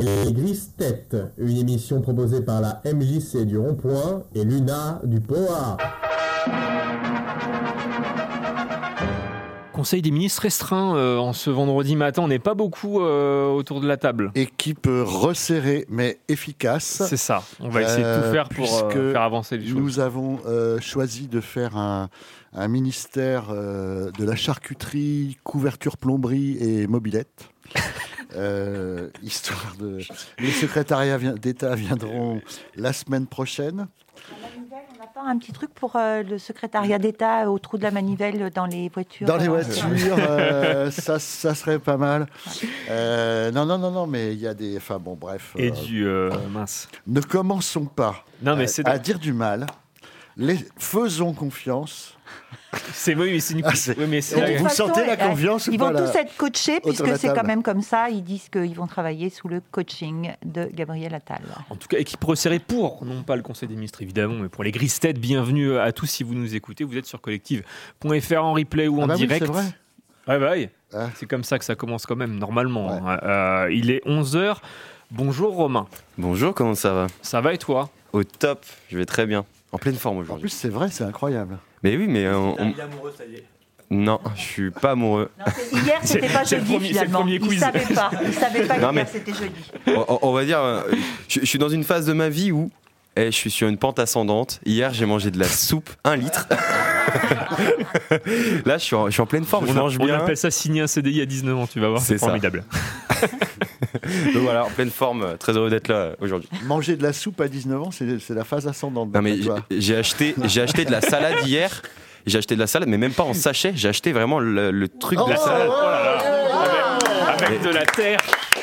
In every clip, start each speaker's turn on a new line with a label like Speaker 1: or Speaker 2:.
Speaker 1: Les Grises Têtes, une émission proposée par la MJC du Rond-Point et Luna du POA.
Speaker 2: Conseil des ministres restreint euh, en ce vendredi matin. On n'est pas beaucoup euh, autour de la table.
Speaker 3: Équipe resserrée mais efficace.
Speaker 2: C'est ça. On va essayer de tout
Speaker 3: Euh,
Speaker 2: faire pour euh,
Speaker 3: puisque
Speaker 2: faire avancer les choses.
Speaker 3: Nous avons euh, choisi de faire un, un ministère euh, de la charcuterie, couverture plomberie et mobilette. Euh, histoire de. Les secrétariats vi- d'État viendront la semaine prochaine.
Speaker 4: On n'a pas un petit truc pour euh, le secrétariat d'État euh, au trou de la manivelle dans les voitures
Speaker 3: Dans les
Speaker 4: euh,
Speaker 3: voitures, euh, ça, ça serait pas mal. Euh, non, non, non, non, mais il y a des. Enfin bon, bref.
Speaker 2: Et
Speaker 3: euh,
Speaker 2: du euh, mince.
Speaker 3: Ne commençons pas
Speaker 2: Non mais
Speaker 3: à-
Speaker 2: c'est
Speaker 3: à, dire du mal. Les, faisons confiance.
Speaker 2: c'est oui, mais c'est une
Speaker 3: Ah, c'est-
Speaker 2: oui, mais
Speaker 4: De
Speaker 2: c'est
Speaker 3: Vous
Speaker 4: toute
Speaker 2: la-
Speaker 3: vous
Speaker 4: façon,
Speaker 3: sentez la
Speaker 4: euh,
Speaker 3: confiance ou
Speaker 4: Ils
Speaker 3: pas,
Speaker 4: vont
Speaker 3: là
Speaker 4: tous être coachés
Speaker 3: autour de la
Speaker 4: puisque c'est quand
Speaker 3: table
Speaker 4: même comme ça. Ils disent qu'ils vont travailler sous le coaching de Gabriel Attal.
Speaker 2: En tout cas, équipe resserrée pour, non pas le Conseil des ministres évidemment, mais pour les grises têtes, bienvenue euh, à tous si vous nous écoutez. Vous êtes sur collective.fr en replay ou en
Speaker 3: Ah bah oui,
Speaker 2: direct.
Speaker 3: c'est vrai.
Speaker 2: Ouais, bah oui.
Speaker 3: Ah.
Speaker 2: C'est comme ça que ça commence quand même, normalement.
Speaker 3: Ouais.
Speaker 2: hein. Euh, il est 11h. Bonjour Romain.
Speaker 5: Bonjour, comment ça va
Speaker 2: Ça va et toi
Speaker 5: Au top, je vais très bien. En pleine forme
Speaker 3: En
Speaker 5: aujourd'hui.
Speaker 3: plus, c'est vrai, c'est incroyable.
Speaker 5: Mais oui, mais euh, on- Non, je suis pas amoureux.
Speaker 4: Hier, c'était pas
Speaker 2: c'est le
Speaker 4: jeudi
Speaker 2: premier- c'est le
Speaker 4: finalement.
Speaker 2: premier
Speaker 4: Ils
Speaker 2: quiz.
Speaker 4: savaient pas. Ils savaient pas
Speaker 5: Non,
Speaker 4: qu'hier,
Speaker 5: mais-
Speaker 4: c'était jeudi.
Speaker 5: On, on- on va dire, euh, je, je suis dans une phase de ma vie où eh, je suis sur une pente ascendante. Hier, j'ai mangé de la soupe, un litre. Là, je suis en, je suis en pleine forme, je
Speaker 2: on, a-
Speaker 5: mange
Speaker 2: on
Speaker 5: bien.
Speaker 2: appelle ça signer un CDI à 19 ans, tu vas voir. hein,
Speaker 5: C'est
Speaker 2: C'est
Speaker 5: ça.
Speaker 2: formidable.
Speaker 5: Donc voilà, en pleine forme, euh, très heureux d'être là euh, aujourd'hui.
Speaker 3: Manger de la soupe à 19 ans, c'est c'est la phase ascendante.
Speaker 2: Ah
Speaker 5: Non mais
Speaker 3: d'après
Speaker 5: j'ai-
Speaker 3: toi.
Speaker 5: j'ai acheté, j'ai acheté de la salade hier. J'ai acheté de la salade, mais même pas en sachet. J'ai acheté vraiment le, le truc de la
Speaker 2: Oh
Speaker 5: salade.
Speaker 2: Avec de la terre.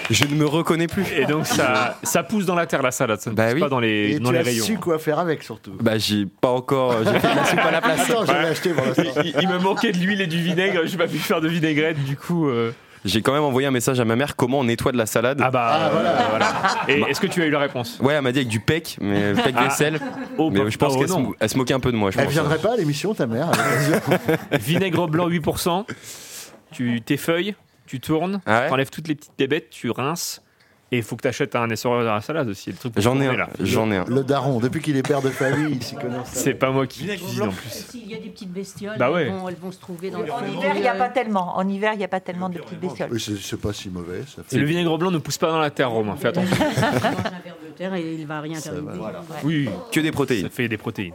Speaker 5: Je ne me reconnais plus.
Speaker 2: Et donc ça, ça pousse dans la terre la salade, ça ne
Speaker 5: Bah
Speaker 2: pousse
Speaker 5: oui.
Speaker 2: pas dans les,
Speaker 3: Et
Speaker 2: dans
Speaker 3: tu
Speaker 2: les
Speaker 3: as
Speaker 2: rayons. hein.
Speaker 3: su quoi faire avec, surtout.
Speaker 5: Bah j'ai pas encore. euh, J'ai fait de la soupe à la place.
Speaker 3: Non, j'en ai acheté pour l'instant.
Speaker 2: Il, il me manquait de l'huile et du vinaigre, je n'ai pas pu faire de vinaigrette du coup. euh.
Speaker 5: J'ai quand même envoyé un message à ma mère comment on nettoie de la salade.
Speaker 2: Ah bah euh, voilà. Et est-ce que tu as eu la réponse
Speaker 5: Ouais, elle m'a dit avec du pec, mais pec
Speaker 2: Ah.
Speaker 5: vaisselle.
Speaker 2: Oh,
Speaker 5: Mais
Speaker 2: bah,
Speaker 5: je pense
Speaker 2: oh,
Speaker 5: qu'elle se,
Speaker 2: non.
Speaker 5: mou- elle se moquait un peu de moi. Je
Speaker 3: Elle
Speaker 5: pense.
Speaker 3: viendrait pas à l'émission, ta mère avec plaisir.
Speaker 2: Vinaigre blanc 8%, tu t'effeuilles, tu tournes,
Speaker 5: Ah ouais
Speaker 2: tu enlèves toutes les petites débettes, tu rinces. Et il faut que tu achètes un essoreur à la salade aussi. le truc pour
Speaker 5: J'en ai
Speaker 2: tourner,
Speaker 5: un.
Speaker 2: là.
Speaker 5: J'en ai un.
Speaker 3: Le daron, depuis qu'il est père de famille, il s'y connaît.
Speaker 2: C'est pas moi qui cuisine en
Speaker 6: Et
Speaker 2: plus.
Speaker 6: S'il y a des petites bestioles,
Speaker 2: Bah
Speaker 6: elles,
Speaker 2: ouais.
Speaker 6: vont, elles vont se trouver dans le
Speaker 4: En
Speaker 6: fond.
Speaker 4: hiver, il n'y a pas tellement. En hiver, il n'y a pas tellement de petites bestioles.
Speaker 3: Oui, C'est c'est pas si mauvais. Ça
Speaker 2: Et
Speaker 3: fait...
Speaker 2: le vinaigre blanc ne pousse pas dans la terre, Romain. Fais attention.
Speaker 6: Il mange un verre de terre et il va rien terminer. Ouais.
Speaker 2: Oui,
Speaker 5: Que des
Speaker 2: ça
Speaker 5: protéines.
Speaker 2: fait des protéines.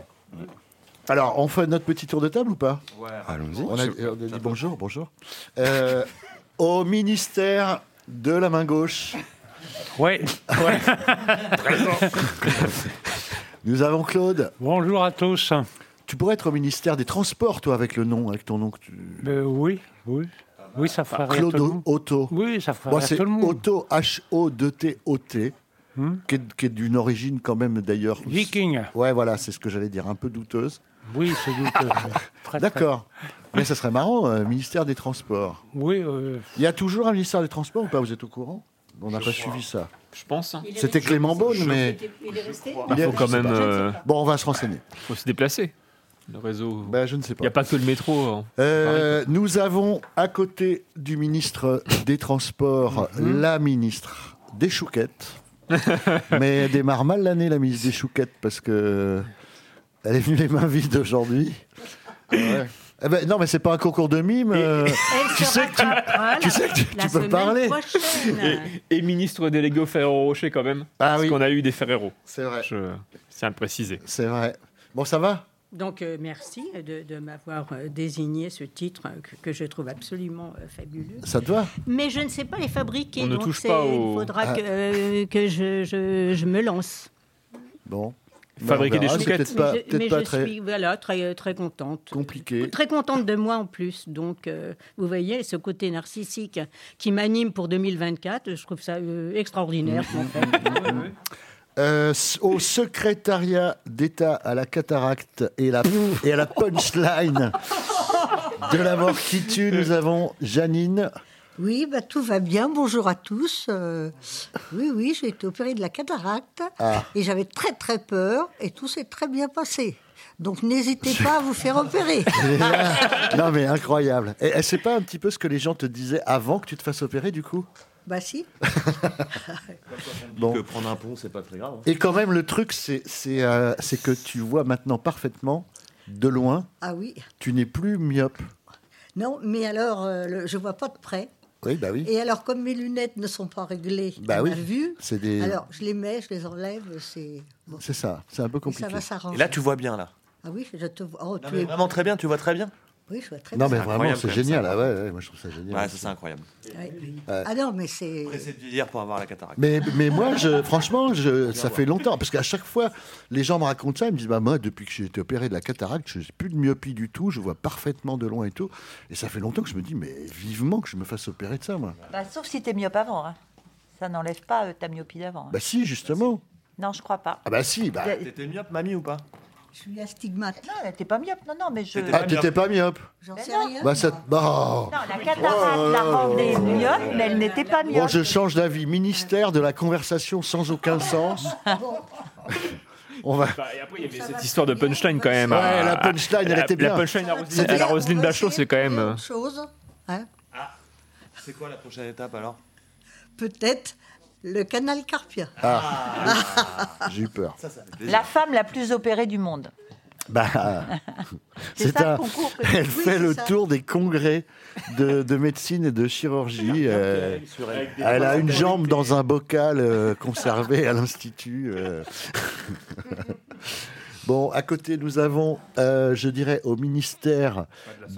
Speaker 3: Alors, on fait notre petit tour de table ou pas
Speaker 5: Allons-y.
Speaker 3: On a, on a dit bonjour, bonjour. Euh, au ministère de la main gauche,
Speaker 7: Ouais,
Speaker 3: nous avons Claude.
Speaker 7: bonjour à tous.
Speaker 3: Tu pourrais être au ministère des Transports, toi, avec le nom, avec ton nom que tu...
Speaker 7: Euh, oui, oui.
Speaker 8: Ah bah.
Speaker 7: Oui, ça fera rire
Speaker 3: Claude
Speaker 7: tout le monde.
Speaker 3: Otto.
Speaker 7: Oui, ça fera
Speaker 3: Moi,
Speaker 7: rire
Speaker 3: c'est
Speaker 7: tout le monde.
Speaker 3: Otto, H-O-D-T-O-T,
Speaker 7: Hmm.
Speaker 3: qui est, qui est d'une origine quand même d'ailleurs.
Speaker 7: Viking.
Speaker 3: Ouais, voilà, c'est ce que j'allais dire, un peu douteuse.
Speaker 7: Oui, c'est douteux. Très, très-
Speaker 3: D'accord. Mais ça serait marrant, euh, ministère des Transports.
Speaker 7: Oui, euh,
Speaker 3: Il y a toujours un ministère des Transports ou pas Vous êtes au courant On n'a pas suivi ça.
Speaker 2: Je pense. hein.
Speaker 6: Il est
Speaker 3: C'était
Speaker 6: resté-
Speaker 3: Clément Beaune,
Speaker 6: il
Speaker 3: mais.
Speaker 6: était- Il est resté
Speaker 2: Il
Speaker 3: est-
Speaker 2: Bah, faut quand
Speaker 3: je sais
Speaker 2: même
Speaker 3: pas.
Speaker 2: euh,
Speaker 3: Bon, on va se renseigner.
Speaker 2: faut se déplacer. Le réseau.
Speaker 3: Ben, je ne sais
Speaker 2: Il
Speaker 3: pas.
Speaker 2: n'y a pas que le métro. hein.
Speaker 3: Euh, nous avons à côté du ministre des Transports la ministre des Chouquettes. Mais elle démarre mal l'année, la ministre des Chouquettes, parce que elle est venue les mains vides aujourd'hui. Eh ben, non, mais c'est pas un concours de mime. euh, tu sais que tu, tu sais que tu- tu peux parler.
Speaker 6: Prochaine.
Speaker 2: Et ministre délégué au Ferrero Rocher quand même.
Speaker 3: Ah
Speaker 2: parce
Speaker 3: oui,
Speaker 2: qu'on a eu des Ferrero.
Speaker 3: c'est vrai.
Speaker 2: Je tiens à le préciser.
Speaker 3: C'est vrai. Bon, ça va
Speaker 6: Donc, euh, merci de, de m'avoir euh, désigné ce titre euh, que, que je trouve absolument euh, fabuleux.
Speaker 3: Ça te va
Speaker 6: Mais je ne sais pas les fabriquer.
Speaker 2: On ne
Speaker 6: donc
Speaker 2: touche
Speaker 6: c'est-
Speaker 2: pas au-
Speaker 6: Il faudra
Speaker 9: Ah.
Speaker 6: que, euh, que je, je- je me lance.
Speaker 3: Bon.
Speaker 2: Fabriquer
Speaker 3: Ben, on
Speaker 2: des
Speaker 3: verra. C'est
Speaker 2: chouquettes.
Speaker 3: Peut-être pas,
Speaker 6: mais je,
Speaker 3: peut-être
Speaker 6: mais
Speaker 3: pas
Speaker 6: je
Speaker 3: très
Speaker 6: suis voilà, très, très contente.
Speaker 3: compliqué.
Speaker 6: Très contente de moi en plus. Donc, euh, vous voyez, ce côté narcissique qui m'anime pour 2024, je trouve ça euh, extraordinaire.
Speaker 2: Mm-hmm.
Speaker 6: en fait.
Speaker 3: Euh, s- au secrétariat d'État à la cataracte et, la, et à la punchline de la mort qui tue, nous avons Janine.
Speaker 9: Oui, bah, tout va bien. Bonjour à tous. Euh, oui, oui, j'ai été opérée de la cataracte
Speaker 3: Ah.
Speaker 9: et j'avais très très peur et tout s'est très bien passé. Donc n'hésitez pas à vous faire opérer.
Speaker 3: non, mais incroyable. Et, et c'est pas un petit peu ce que les gens te disaient avant que tu te fasses opérer, du coup
Speaker 9: bah si.
Speaker 3: Bon.
Speaker 8: Que prendre un pont, c'est pas très grave. hein.
Speaker 3: Et quand même, le truc, c'est c'est, euh, c'est que tu vois maintenant parfaitement, de loin,
Speaker 9: Ah oui.
Speaker 3: tu n'es plus myope.
Speaker 9: Non, mais alors, euh, le- je vois pas de près.
Speaker 3: Oui, bah oui.
Speaker 9: Et alors, comme mes lunettes ne sont pas réglées
Speaker 3: Bah
Speaker 9: à
Speaker 3: oui.
Speaker 9: ma vue,
Speaker 3: C'est des...
Speaker 9: alors je les mets, je les enlève, c'est... Bon.
Speaker 3: C'est ça, c'est un peu
Speaker 9: Et ça
Speaker 3: compliqué.
Speaker 9: va s'arranger.
Speaker 8: Et là, tu vois bien, là.
Speaker 9: Ah oui, je te vois. Oh,
Speaker 8: Non,
Speaker 9: tu
Speaker 8: mais
Speaker 9: es...
Speaker 8: vraiment très bien, tu vois très bien.
Speaker 9: Oui, je vois très
Speaker 3: non, mais
Speaker 9: bien.
Speaker 5: C'est
Speaker 3: vraiment,
Speaker 5: incroyable,
Speaker 3: c'est
Speaker 5: quand même,
Speaker 3: génial. Ah ouais, ouais, moi, je trouve ça génial.
Speaker 8: Ouais, ça, c'est incroyable.
Speaker 9: Ouais.
Speaker 10: Euh,
Speaker 9: Ah non, mais c'est...
Speaker 8: Pressé de vieillir pour avoir la cataracte.
Speaker 3: Mais, mais moi, je, franchement, je, ça fait longtemps. Parce qu'à chaque fois, les gens me racontent ça. Ils me disent bah, Moi, depuis que j'ai été opéré de la cataracte, je n'ai plus de myopie du tout. Je vois parfaitement de loin et tout. Et ça fait longtemps que je me dis Mais vivement que je me fasse opérer de ça, moi.
Speaker 4: Bah, sauf si t'es myope avant. hein. Ça n'enlève pas euh, ta myopie d'avant. hein.
Speaker 3: Bah, si, justement.
Speaker 4: Non, je crois pas.
Speaker 3: Ah, bah, si. Bah.
Speaker 4: Bah,
Speaker 8: T'étais myope, mamie, ou pas
Speaker 9: Je suis astigmate.
Speaker 4: Non, t'es pas myope. Non, non, mais je.
Speaker 8: T'étais
Speaker 3: Ah, t'étais pas myope
Speaker 9: J'en
Speaker 4: Mais
Speaker 9: sais
Speaker 4: non.
Speaker 9: rien.
Speaker 3: Bah, ça. Bah, oh.
Speaker 4: Non, la cataracte la rendait myope, mais elle n'était pas myope.
Speaker 3: Bon, je change d'avis. Ministère de la conversation sans aucun sens. On va.
Speaker 2: Bah, et après, il y avait cette histoire de punchline quand même.
Speaker 3: Ouais,
Speaker 2: Ah,
Speaker 3: la punchline, elle
Speaker 2: la-
Speaker 3: était bien.
Speaker 2: La punchline à
Speaker 9: Ça
Speaker 2: Roselyne,
Speaker 9: va
Speaker 2: à la
Speaker 9: dire, on
Speaker 2: Roselyne
Speaker 9: va
Speaker 2: Bachelot,
Speaker 9: essayer
Speaker 2: c'est quand même.
Speaker 9: de
Speaker 2: euh,
Speaker 9: autre chose, hein.
Speaker 8: C'est quoi la prochaine étape alors
Speaker 9: Peut-être le canal carpien.
Speaker 3: Ah. J'ai eu peur.
Speaker 4: Ah. La femme la plus opérée du monde.
Speaker 3: Bah,
Speaker 4: C'est
Speaker 3: c'est
Speaker 4: ça
Speaker 3: un.
Speaker 4: le concours que
Speaker 3: Elle
Speaker 9: Oui,
Speaker 3: fait
Speaker 9: c'est
Speaker 3: le
Speaker 9: ça.
Speaker 3: tour des congrès de, de médecine et de chirurgie. euh, elle a une jambe dans un bocal euh, conservé à l'Institut. euh. bon, à côté, nous avons, euh, je dirais, au ministère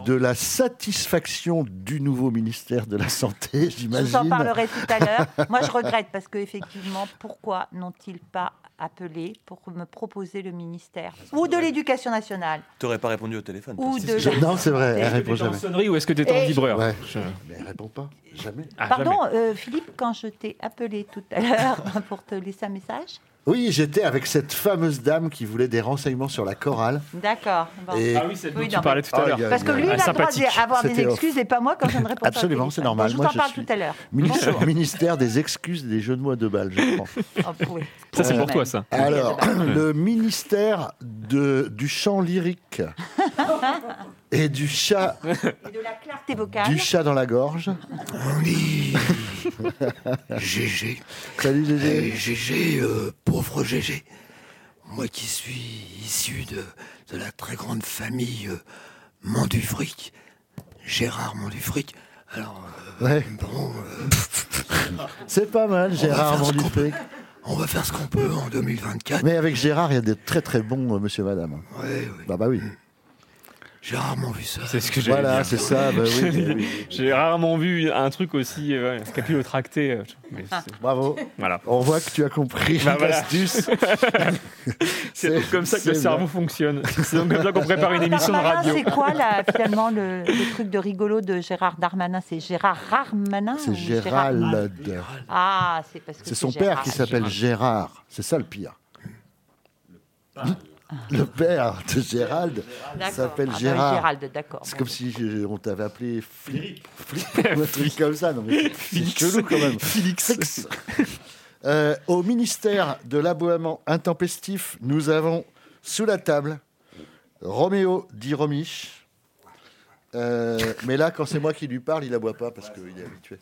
Speaker 3: de la satisfaction du nouveau ministère de la Santé,
Speaker 4: Je vous en
Speaker 3: j'imagine.
Speaker 4: parlerai tout à l'heure. Moi, je regrette parce que effectivement, pourquoi n'ont-ils pas appelé pour me proposer le ministère ou de l'Éducation nationale
Speaker 8: T'aurais pas répondu au téléphone.
Speaker 4: ou
Speaker 8: C'est-
Speaker 4: de
Speaker 3: Je- non, c'est vrai, elle
Speaker 2: Est-ce que
Speaker 3: répond
Speaker 2: t'étais en
Speaker 3: jamais.
Speaker 2: sonnerie ou est-ce que t'étais en
Speaker 4: Eh,
Speaker 2: vibreur
Speaker 3: Ouais.
Speaker 2: Je-
Speaker 3: Mais elle répond pas, jamais.
Speaker 2: Ah, jamais.
Speaker 4: Pardon, euh, Philippe, quand je t'ai appelé tout à l'heure pour te laisser un message.
Speaker 3: Oui, j'étais avec cette fameuse dame qui voulait des renseignements sur la chorale.
Speaker 4: D'accord. bon.
Speaker 3: Et-
Speaker 2: Ah oui, celle dont
Speaker 4: Oui,
Speaker 2: tu
Speaker 4: non,
Speaker 2: parlais
Speaker 4: mais-
Speaker 2: tout à
Speaker 3: Ah,
Speaker 2: l'heure.
Speaker 3: il y a-
Speaker 4: Parce que
Speaker 3: il y a-
Speaker 4: lui, il a le droit
Speaker 2: sympathique.
Speaker 4: d'avoir des
Speaker 3: C'était off.
Speaker 4: excuses et pas moi quand je ne réponds pas. au
Speaker 3: Absolument,
Speaker 4: téléphone.
Speaker 3: c'est normal.
Speaker 4: Bon, Je
Speaker 3: Moi,
Speaker 4: vous en
Speaker 3: je
Speaker 4: parle
Speaker 3: suis-
Speaker 4: tout à l'heure.
Speaker 3: Ministère, ministère des excuses et des jeux de mots de balles, je crois.
Speaker 4: Oh, oui.
Speaker 2: Ça, c'est
Speaker 4: Oui,
Speaker 2: pour
Speaker 4: mais-
Speaker 2: toi, ça.
Speaker 3: Alors, le ministère de, du chant lyrique et du chat,
Speaker 4: Et de la clarté vocale.
Speaker 3: du chat dans la gorge.
Speaker 11: Ah GG.
Speaker 3: Salut
Speaker 11: Eh,
Speaker 3: Gégé.
Speaker 11: GG, euh, pauvre GG. Moi qui suis issu de, de la très grande famille euh, Mondufric, Gérard Mondufric, alors
Speaker 3: Ouais,
Speaker 11: euh, bon, euh,
Speaker 3: c'est pas mal, Gérard Mandufé.
Speaker 11: on va faire ce qu'on peut en 2024.
Speaker 3: Mais avec Gérard, il y a des très très bons euh, monsieur madame.
Speaker 11: Ouais, ouais,
Speaker 3: Bah bah oui.
Speaker 11: j'ai rarement vu ça.
Speaker 2: C'est ce que j'allais
Speaker 3: Voilà,
Speaker 2: dire.
Speaker 3: c'est ça. bah oui, oui, oui.
Speaker 2: J'ai rarement vu un truc aussi euh, ouais, capillotracté. euh, mais c'est-
Speaker 3: Bravo.
Speaker 2: Voilà.
Speaker 3: On voit que tu as compris
Speaker 2: Bah, voilà.
Speaker 3: l'astuce.
Speaker 2: C'est donc comme ça que le
Speaker 3: c'est
Speaker 2: cerveau fonctionne. C'est donc comme ça qu'on prépare une émission de
Speaker 4: Darmanin,
Speaker 2: radio.
Speaker 4: C'est quoi là, finalement le, le truc de rigolo de Gérard Darmanin C'est Gérard Rarmanin
Speaker 3: C'est
Speaker 4: ou
Speaker 3: Gérald.
Speaker 4: Ah, c'est parce que
Speaker 3: C'est son père qui s'appelle Gérard. C'est ça le pire. Le père de Gérald
Speaker 4: s'appelle
Speaker 3: s'appelle Gérard.
Speaker 4: Ah ben, Gérald, d'accord.
Speaker 3: C'est
Speaker 4: Bon.
Speaker 3: comme si je- on t'avait appelé Flip. Flip ou un truc comme ça. Non, mais c'est chelou quand même. Félix. Euh, au ministère de l'aboiement intempestif, nous avons sous la table Roméo dit Romiche. Euh, mais là, quand c'est moi qui lui parle, il aboie pas parce qu'il est habitué.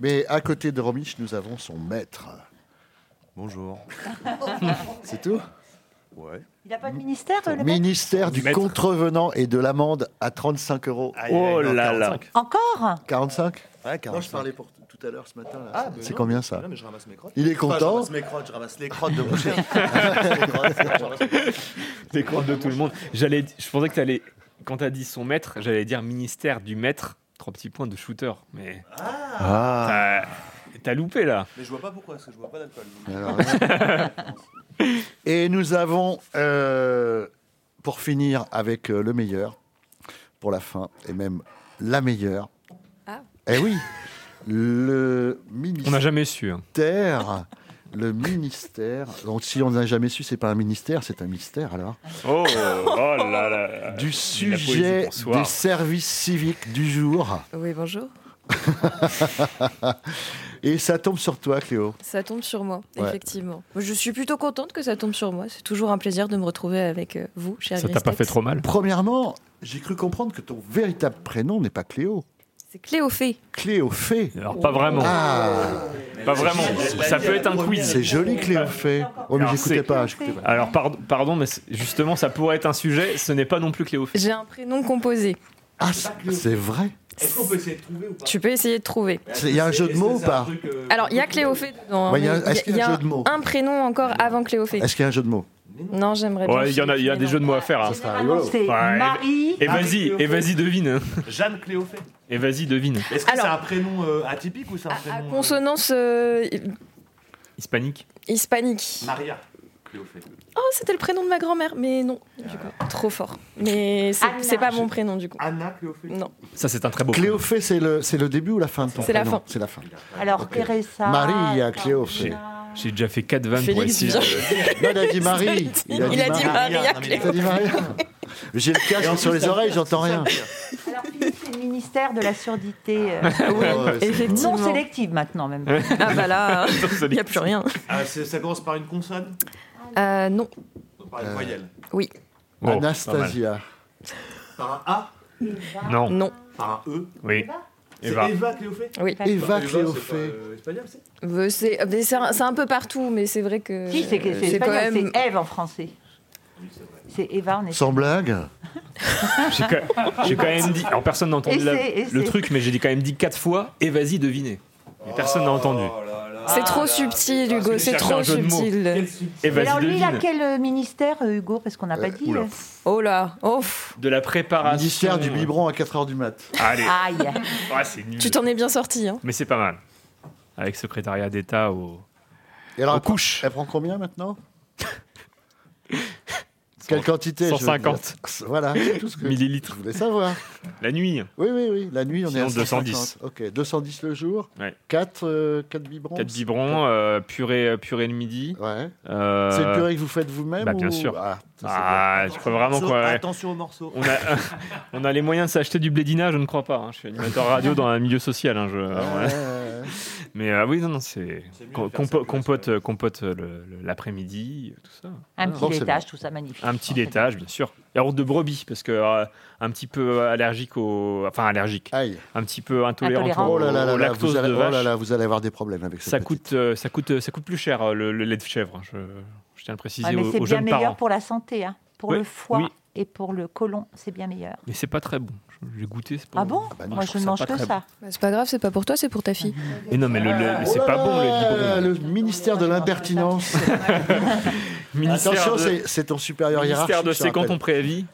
Speaker 3: Mais à côté de Romiche, nous avons son maître.
Speaker 8: Bonjour.
Speaker 3: C'est tout
Speaker 8: Ouais.
Speaker 4: Il n'a pas de ministère, le mec
Speaker 3: Ministère du
Speaker 2: Maître.
Speaker 3: contrevenant et de l'amende à 35 euros.
Speaker 2: Oh là là.
Speaker 4: Encore
Speaker 3: 45
Speaker 8: Ouais,
Speaker 3: Moi, je
Speaker 8: 45.
Speaker 3: parlais pour tout à l'heure ce matin. là.
Speaker 8: Ah, ben
Speaker 3: c'est
Speaker 8: non.
Speaker 3: combien ça
Speaker 8: Non, mais je ramasse mes crottes.
Speaker 3: Il
Speaker 8: Enfin,
Speaker 3: est
Speaker 8: je
Speaker 3: content.
Speaker 8: ramasse mes crottes, je ramasse les crottes de mon chien. Je ramasse les crottes, je ramasse mes crottes.
Speaker 2: Des crottes de tout le monde. J'allais, je pensais que t'allais, quand t'as dit son maître, j'allais dire ministère du maître. Trois petits points de shooter. Mais
Speaker 3: Ah.
Speaker 2: t'as, t'as loupé là.
Speaker 8: Mais je vois pas pourquoi, parce que je vois pas d'alcool.
Speaker 3: Alors, là- et nous avons, euh, pour finir avec euh, le meilleur, pour la fin, et même la meilleure.
Speaker 12: Ah.
Speaker 3: Eh oui, le
Speaker 2: On n'a
Speaker 3: ministère,
Speaker 2: jamais su. hein.
Speaker 3: le ministère. Donc si on n'a jamais su, c'est pas un ministère, c'est un mystère alors.
Speaker 2: Oh, oh là là.
Speaker 3: Du
Speaker 2: la poésie
Speaker 3: sujet
Speaker 2: bonsoir.
Speaker 3: des services civiques du jour.
Speaker 12: Oui, bonjour.
Speaker 3: Et ça tombe sur toi, Cléo.
Speaker 12: Ça tombe sur moi,
Speaker 3: Ouais.
Speaker 12: effectivement. Je suis plutôt contente que ça tombe sur moi. C'est toujours un plaisir de me retrouver avec euh, vous, cher Gristex.
Speaker 2: mal
Speaker 3: Premièrement, j'ai cru comprendre que ton véritable prénom n'est pas Cléo.
Speaker 12: C'est Cléophée.
Speaker 3: Cléophée.
Speaker 2: Alors, pas vraiment. Pas vraiment. Ça peut être un quiz.
Speaker 3: Ah. C'est joli, Cléophée. Oh, mais
Speaker 2: Alors,
Speaker 3: j'écoutais
Speaker 2: c'est-
Speaker 3: pas, j'écoutais pas.
Speaker 2: Alors, pardon, pardon, mais c'est- justement, ça pourrait être un sujet. Ce n'est pas non plus Cléophée.
Speaker 12: J'ai un prénom composé.
Speaker 3: Ah, c'est vrai.
Speaker 2: Est-ce qu'on peut essayer de trouver ou pas
Speaker 12: Tu peux essayer de trouver.
Speaker 3: Il y a un jeu de mots ou pas
Speaker 2: euh,
Speaker 12: Alors, il y a Cléophée dedans. hein,
Speaker 3: Ouais, il y a-
Speaker 12: mais
Speaker 3: est-ce qu'il y a un jeu de mots
Speaker 12: un prénom encore avant Cléophée.
Speaker 3: Est-ce qu'il y a un jeu de mots
Speaker 12: Non, j'aimerais bien.
Speaker 2: Ouais, il y en a, il y a des jeux de mots à faire. hein.
Speaker 4: C'est
Speaker 2: Ouais, et-
Speaker 4: Marie.
Speaker 2: Et vas-y, et vas-y, devine. hein.
Speaker 10: Jeanne Cléophée.
Speaker 2: Et vas-y, devine.
Speaker 10: Est-ce que c'est un prénom euh, atypique ou c'est un prénom. euh,
Speaker 12: Consonance euh,
Speaker 2: Hispanique.
Speaker 12: hispanique.
Speaker 10: Maria Cléophée.
Speaker 12: Oh, c'était le prénom de ma grand-mère, mais non, du coup, trop fort. Mais c'est
Speaker 10: Anna.
Speaker 12: c'est pas mon prénom, du coup.
Speaker 10: Anna Cléophée
Speaker 12: Non.
Speaker 2: Ça, c'est un très beau.
Speaker 3: Cléophée, c'est le, c'est le début ou la fin de ton
Speaker 12: C'est la
Speaker 3: prénom
Speaker 12: fin.
Speaker 3: C'est la fin.
Speaker 4: Alors,
Speaker 3: Ok.
Speaker 4: Teresa.
Speaker 3: Maria Cléophée.
Speaker 2: J'ai déjà fait 4 vannes pour
Speaker 12: Félix,
Speaker 2: essayer.
Speaker 12: viens.
Speaker 2: de-
Speaker 3: Non, il a dit Marie.
Speaker 12: Il a dit Maria
Speaker 3: Il a dit Maria. J'ai le
Speaker 4: Et en
Speaker 3: casque
Speaker 4: plus,
Speaker 3: sur les
Speaker 4: ça-
Speaker 3: oreilles, j'entends rien.
Speaker 4: Alors, Philippe, c'est le ministère de la surdité. euh,
Speaker 2: Ah
Speaker 12: Oui,
Speaker 3: Ouais, c'est
Speaker 12: effectivement.
Speaker 4: Non sélective maintenant, même.
Speaker 12: Ah bah là, il n'y a plus rien.
Speaker 10: Ah, c'est- ça commence par une consonne
Speaker 12: Euh, non,
Speaker 10: Par une voyelle
Speaker 12: oui.
Speaker 2: Oh,
Speaker 3: Euh, Anastasia.
Speaker 10: Par un A
Speaker 2: Non.
Speaker 12: Non.
Speaker 10: Par un E
Speaker 2: Oui.
Speaker 10: C'est
Speaker 2: Eva.
Speaker 10: Eva, Cléophée
Speaker 12: Oui.
Speaker 3: Eva
Speaker 10: c'est
Speaker 3: Cléophée.
Speaker 10: pas, euh, espagnol, c'est
Speaker 12: Euh, C'est euh, mais c'est un, c'est un peu partout, mais c'est vrai que.
Speaker 4: Si, c'est que-
Speaker 12: euh,
Speaker 4: c'est espagnol, c'est Ève en français. C'est Eva en espagnol.
Speaker 3: Sans blague.
Speaker 2: J'ai quand, j'ai quand même dit. Alors, personne n'a entendu la-
Speaker 4: Essaie, essaie.
Speaker 2: le truc, mais j'ai dit quand même dit 4 fois. Et vas-y, devinez. Mais personne n'a entendu. Ah
Speaker 12: C'est trop subtil, Hugo, c'est
Speaker 2: chercher
Speaker 12: trop
Speaker 2: un jeu de mots. Eh ben,
Speaker 12: subtil.
Speaker 2: Et
Speaker 4: Mais Alors,
Speaker 2: vas-y,
Speaker 4: lui, il a
Speaker 2: devine.
Speaker 4: quel euh, ministère, euh, Hugo Parce qu'on n'a pas dit.
Speaker 2: oula.
Speaker 4: euh.
Speaker 12: Oh là, oh, pff,
Speaker 2: De la préparation.
Speaker 3: Ministère du biberon à 4h du mat.
Speaker 2: Allez.
Speaker 4: Aïe.
Speaker 2: Ouais, c'est nul.
Speaker 12: tu t'en es bien sorti. Hein.
Speaker 2: Mais c'est pas mal. Avec secrétariat d'État au.
Speaker 3: Et alors,
Speaker 2: Aux
Speaker 3: elle prend-
Speaker 2: couches.
Speaker 3: Elle prend combien maintenant Quelle quantité je veux dire
Speaker 2: 150
Speaker 3: Voilà, c'est tout ce que je
Speaker 2: millilitres.
Speaker 3: voulais savoir.
Speaker 2: La nuit.
Speaker 3: Oui, oui, oui. La nuit, on est à
Speaker 2: Sinon,
Speaker 3: 150.
Speaker 2: 210.
Speaker 3: Ok, 210 le jour.
Speaker 2: Ouais.
Speaker 3: 4, biberons.
Speaker 2: 4 biberons, euh, purée, purée le midi.
Speaker 3: hein. Ouais.
Speaker 2: Euh,
Speaker 3: C'est une purée que vous faites vous-même
Speaker 2: bah, bien
Speaker 3: ou-
Speaker 2: sûr.
Speaker 3: Ah, ça, c'est
Speaker 2: Ah, je crois vraiment
Speaker 10: Morceau,
Speaker 2: quoi. ouais.
Speaker 10: Attention aux morceaux.
Speaker 2: On a, on a les moyens de s'acheter du blédina, je ne crois pas. hein. Je suis animateur radio dans un milieu social. hein, je-
Speaker 3: bien.
Speaker 2: alors, ouais.
Speaker 3: Euh,
Speaker 2: Mais euh, oui, non, non, c'est.
Speaker 10: C'est mieux
Speaker 2: com-
Speaker 10: de faire ça
Speaker 2: compo-
Speaker 10: que la
Speaker 2: compote, euh, compote euh, le- le- l'après-midi, tout ça. Ah,
Speaker 4: Un
Speaker 3: bon,
Speaker 4: petit
Speaker 3: c'est
Speaker 4: laitage, tout ça magnifique.
Speaker 2: Un petit
Speaker 4: En fait.
Speaker 2: laitage, bien sûr. La route de brebis, parce que euh, un petit peu allergique au. Enfin, allergique.
Speaker 3: Aïe.
Speaker 2: Un petit peu intolérant,
Speaker 4: Intolérant.
Speaker 2: au,
Speaker 3: Oh là là là
Speaker 2: au
Speaker 3: là,
Speaker 2: lactose
Speaker 3: vous allez,
Speaker 2: de
Speaker 3: oh
Speaker 2: vache.
Speaker 3: là là, vous allez avoir des problèmes avec cette
Speaker 2: ça,
Speaker 3: petite.
Speaker 2: coûte, euh, ça, coûte, euh, ça coûte plus cher, euh, le, le lait de chèvre. hein. Je, je tiens à le préciser
Speaker 4: Ouais, mais
Speaker 2: aux,
Speaker 4: c'est
Speaker 2: aux
Speaker 4: bien
Speaker 2: jeunes
Speaker 4: meilleur
Speaker 2: parents.
Speaker 4: pour la santé, hein. pour
Speaker 2: Oui,
Speaker 4: le foie
Speaker 2: oui.
Speaker 4: et pour le côlon, c'est bien meilleur.
Speaker 2: Mais c'est pas très bon. Je- J'ai goûté. c'est pas
Speaker 4: Ah bon
Speaker 2: bah non,
Speaker 4: Moi,
Speaker 2: je
Speaker 4: je
Speaker 2: trouve
Speaker 4: ne
Speaker 2: ça
Speaker 4: mange
Speaker 2: pas
Speaker 4: que
Speaker 2: très
Speaker 4: ça.
Speaker 12: Bah, c'est pas grave, c'est pas pour toi, c'est pour ta fille.
Speaker 2: Mais non, mais le, le- le-
Speaker 3: Oh
Speaker 2: c'est
Speaker 3: là
Speaker 2: pas bon le
Speaker 3: là,
Speaker 2: biberon.
Speaker 3: Le ministère de l'impertinence.
Speaker 2: Ministère
Speaker 3: Attention,
Speaker 2: de-
Speaker 3: c'est- c'est ton supérieur hiérarchique.
Speaker 2: Ministère de
Speaker 3: je
Speaker 2: c'est quand
Speaker 3: rappelle.
Speaker 2: ton préavis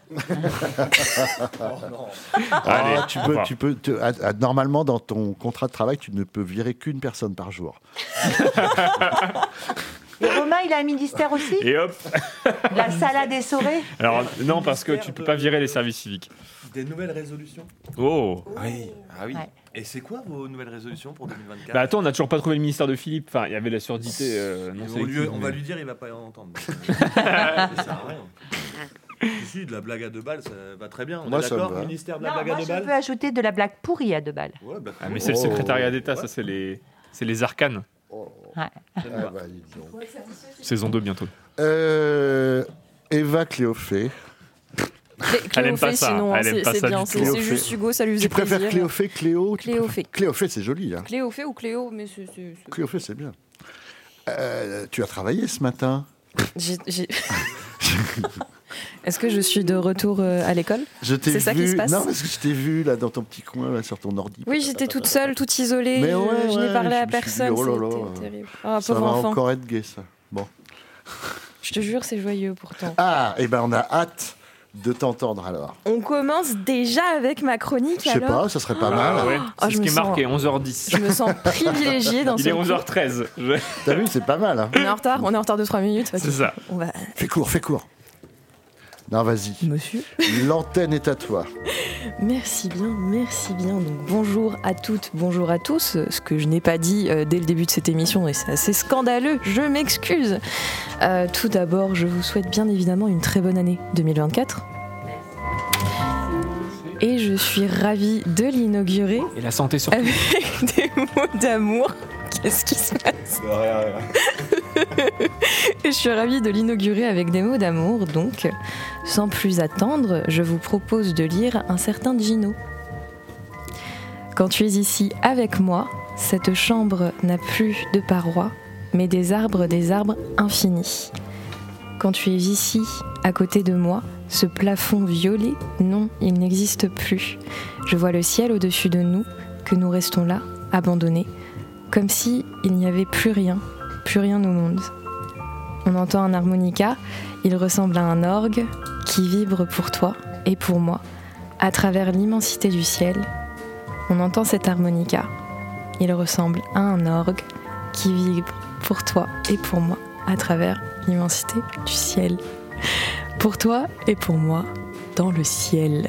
Speaker 3: Ah,
Speaker 2: Allez,
Speaker 3: tu
Speaker 2: on
Speaker 3: peux,
Speaker 2: va.
Speaker 3: tu peux te- ah, ah, normalement, dans ton contrat de travail, tu ne peux virer qu'une personne par jour.
Speaker 4: Et Romain, il a un ministère aussi
Speaker 2: Et hop
Speaker 4: La salade essorée
Speaker 2: Alors, non, parce que tu peux pas virer les services civiques.
Speaker 10: Des nouvelles résolutions
Speaker 2: Oh
Speaker 5: Oui. Ah oui.
Speaker 4: Ouais.
Speaker 10: Et c'est quoi vos nouvelles résolutions pour 2024
Speaker 2: Bah attends, on n'a toujours pas trouvé le ministère de Philippe. Enfin, il y avait la surdité. euh, non
Speaker 10: Et on,
Speaker 2: sélective,
Speaker 10: lui- on va
Speaker 2: mais-
Speaker 10: lui dire, il va pas en entendre. ça sert à rien. Si, si, de la blague à deux balles, ça va très bien. On
Speaker 3: Moi,
Speaker 10: est
Speaker 3: ça me
Speaker 10: d'accord
Speaker 3: va.
Speaker 10: Ministère de la
Speaker 4: Non,
Speaker 10: blague
Speaker 4: moi,
Speaker 10: à deux
Speaker 4: je
Speaker 10: balles
Speaker 4: peux ajouter de la blague pourrie à deux balles.
Speaker 10: Ouais, bah,
Speaker 2: Ah, mais c'est le
Speaker 3: Oh.
Speaker 2: secrétariat d'État, ça,
Speaker 10: Ouais.
Speaker 2: c'est les. C'est les arcanes,
Speaker 3: Ah, bah, dis donc.
Speaker 2: saison 2 bientôt.
Speaker 3: Euh, Eva Cléophée.
Speaker 12: Clé-
Speaker 2: Elle aime pas
Speaker 12: Cléophée,
Speaker 2: ça,
Speaker 12: sinon, hein,
Speaker 2: elle aime
Speaker 12: c'est
Speaker 2: pas
Speaker 12: c'est
Speaker 2: ça
Speaker 12: bien.
Speaker 2: du
Speaker 12: C'est
Speaker 3: tout.
Speaker 12: c'est juste Hugo, ça lui faisait
Speaker 3: Tu préfères
Speaker 12: plaisir.
Speaker 3: Cléophée, Cléo tu
Speaker 12: Cléophée.
Speaker 3: préfères- Cléophée, c'est joli. Hein.
Speaker 12: Cléophée ou Cléo, mais c'est- c'est- c'est-
Speaker 3: Cléophée, c'est bien. Euh, tu as travaillé ce matin
Speaker 12: J'ai- j'ai- Est-ce que je suis de retour euh, à l'école
Speaker 3: Je t'ai
Speaker 12: C'est ça qui
Speaker 3: vu-
Speaker 12: se passe
Speaker 3: Non, parce que je t'ai vu là dans ton petit coin, là, sur ton ordi.
Speaker 12: Oui, j'étais toute seule, toute isolée.
Speaker 3: Mais
Speaker 12: je-
Speaker 3: ouais,
Speaker 12: je
Speaker 3: ouais,
Speaker 12: n'ai parlé
Speaker 3: je
Speaker 12: à
Speaker 3: me suis dit,
Speaker 12: personne.
Speaker 3: oh là là,
Speaker 12: C'était
Speaker 3: euh,
Speaker 12: terrible. Ah,
Speaker 3: Ça
Speaker 12: pauvre
Speaker 3: va
Speaker 12: enfant.
Speaker 3: encore être gay, ça. Bon.
Speaker 12: Je te jure, c'est joyeux pourtant.
Speaker 3: Ah, et ben on a hâte de t'entendre alors.
Speaker 12: On commence déjà avec ma chronique
Speaker 3: Je sais
Speaker 12: alors.
Speaker 3: pas, ça serait pas mal.
Speaker 2: Ah ouais,
Speaker 12: Ah,
Speaker 2: c'est
Speaker 12: je
Speaker 2: ce
Speaker 12: me
Speaker 2: qui est
Speaker 12: sens-
Speaker 2: marqué, 11h10.
Speaker 12: Je me sens privilégiée dans
Speaker 2: Il
Speaker 12: ce
Speaker 2: est 11h13. je-
Speaker 3: T'as vu, c'est pas mal. Hein.
Speaker 12: On est en retard, on est en retard de 3 minutes. ok.
Speaker 2: C'est ça.
Speaker 12: On va...
Speaker 3: Fais court, fais court. Non, vas-y.
Speaker 12: Monsieur
Speaker 3: L'antenne est à toi.
Speaker 12: Merci bien, merci bien. Donc bonjour à toutes, bonjour à tous. Ce que je n'ai pas dit euh, dès le début de cette émission et c'est assez scandaleux, je m'excuse. Euh, tout d'abord, je vous souhaite bien évidemment une très bonne année 2024. Et je suis ravie de l'inaugurer
Speaker 2: Et la santé surtout.
Speaker 12: avec des mots d'amour qui qu'est-ce qui se passe
Speaker 10: De
Speaker 2: Ah
Speaker 10: rien, rien.
Speaker 12: Je suis ravie de l'inaugurer avec des mots d'amour, donc, sans plus attendre, je vous propose de lire un certain Gino. Quand tu es ici avec moi, cette chambre n'a plus de parois, mais des arbres, des arbres infinis. Quand tu es ici, à côté de moi, ce plafond violet, non, il n'existe plus. Je vois le ciel au-dessus de nous, que nous restons là, abandonnés, comme si il n'y avait plus rien, plus rien au monde. On entend un harmonica, il ressemble à un orgue qui vibre pour toi et pour moi, à travers l'immensité du ciel. On entend cet harmonica, il ressemble à un orgue qui vibre pour toi et pour moi, à travers l'immensité du ciel. Pour toi et pour moi, dans le ciel.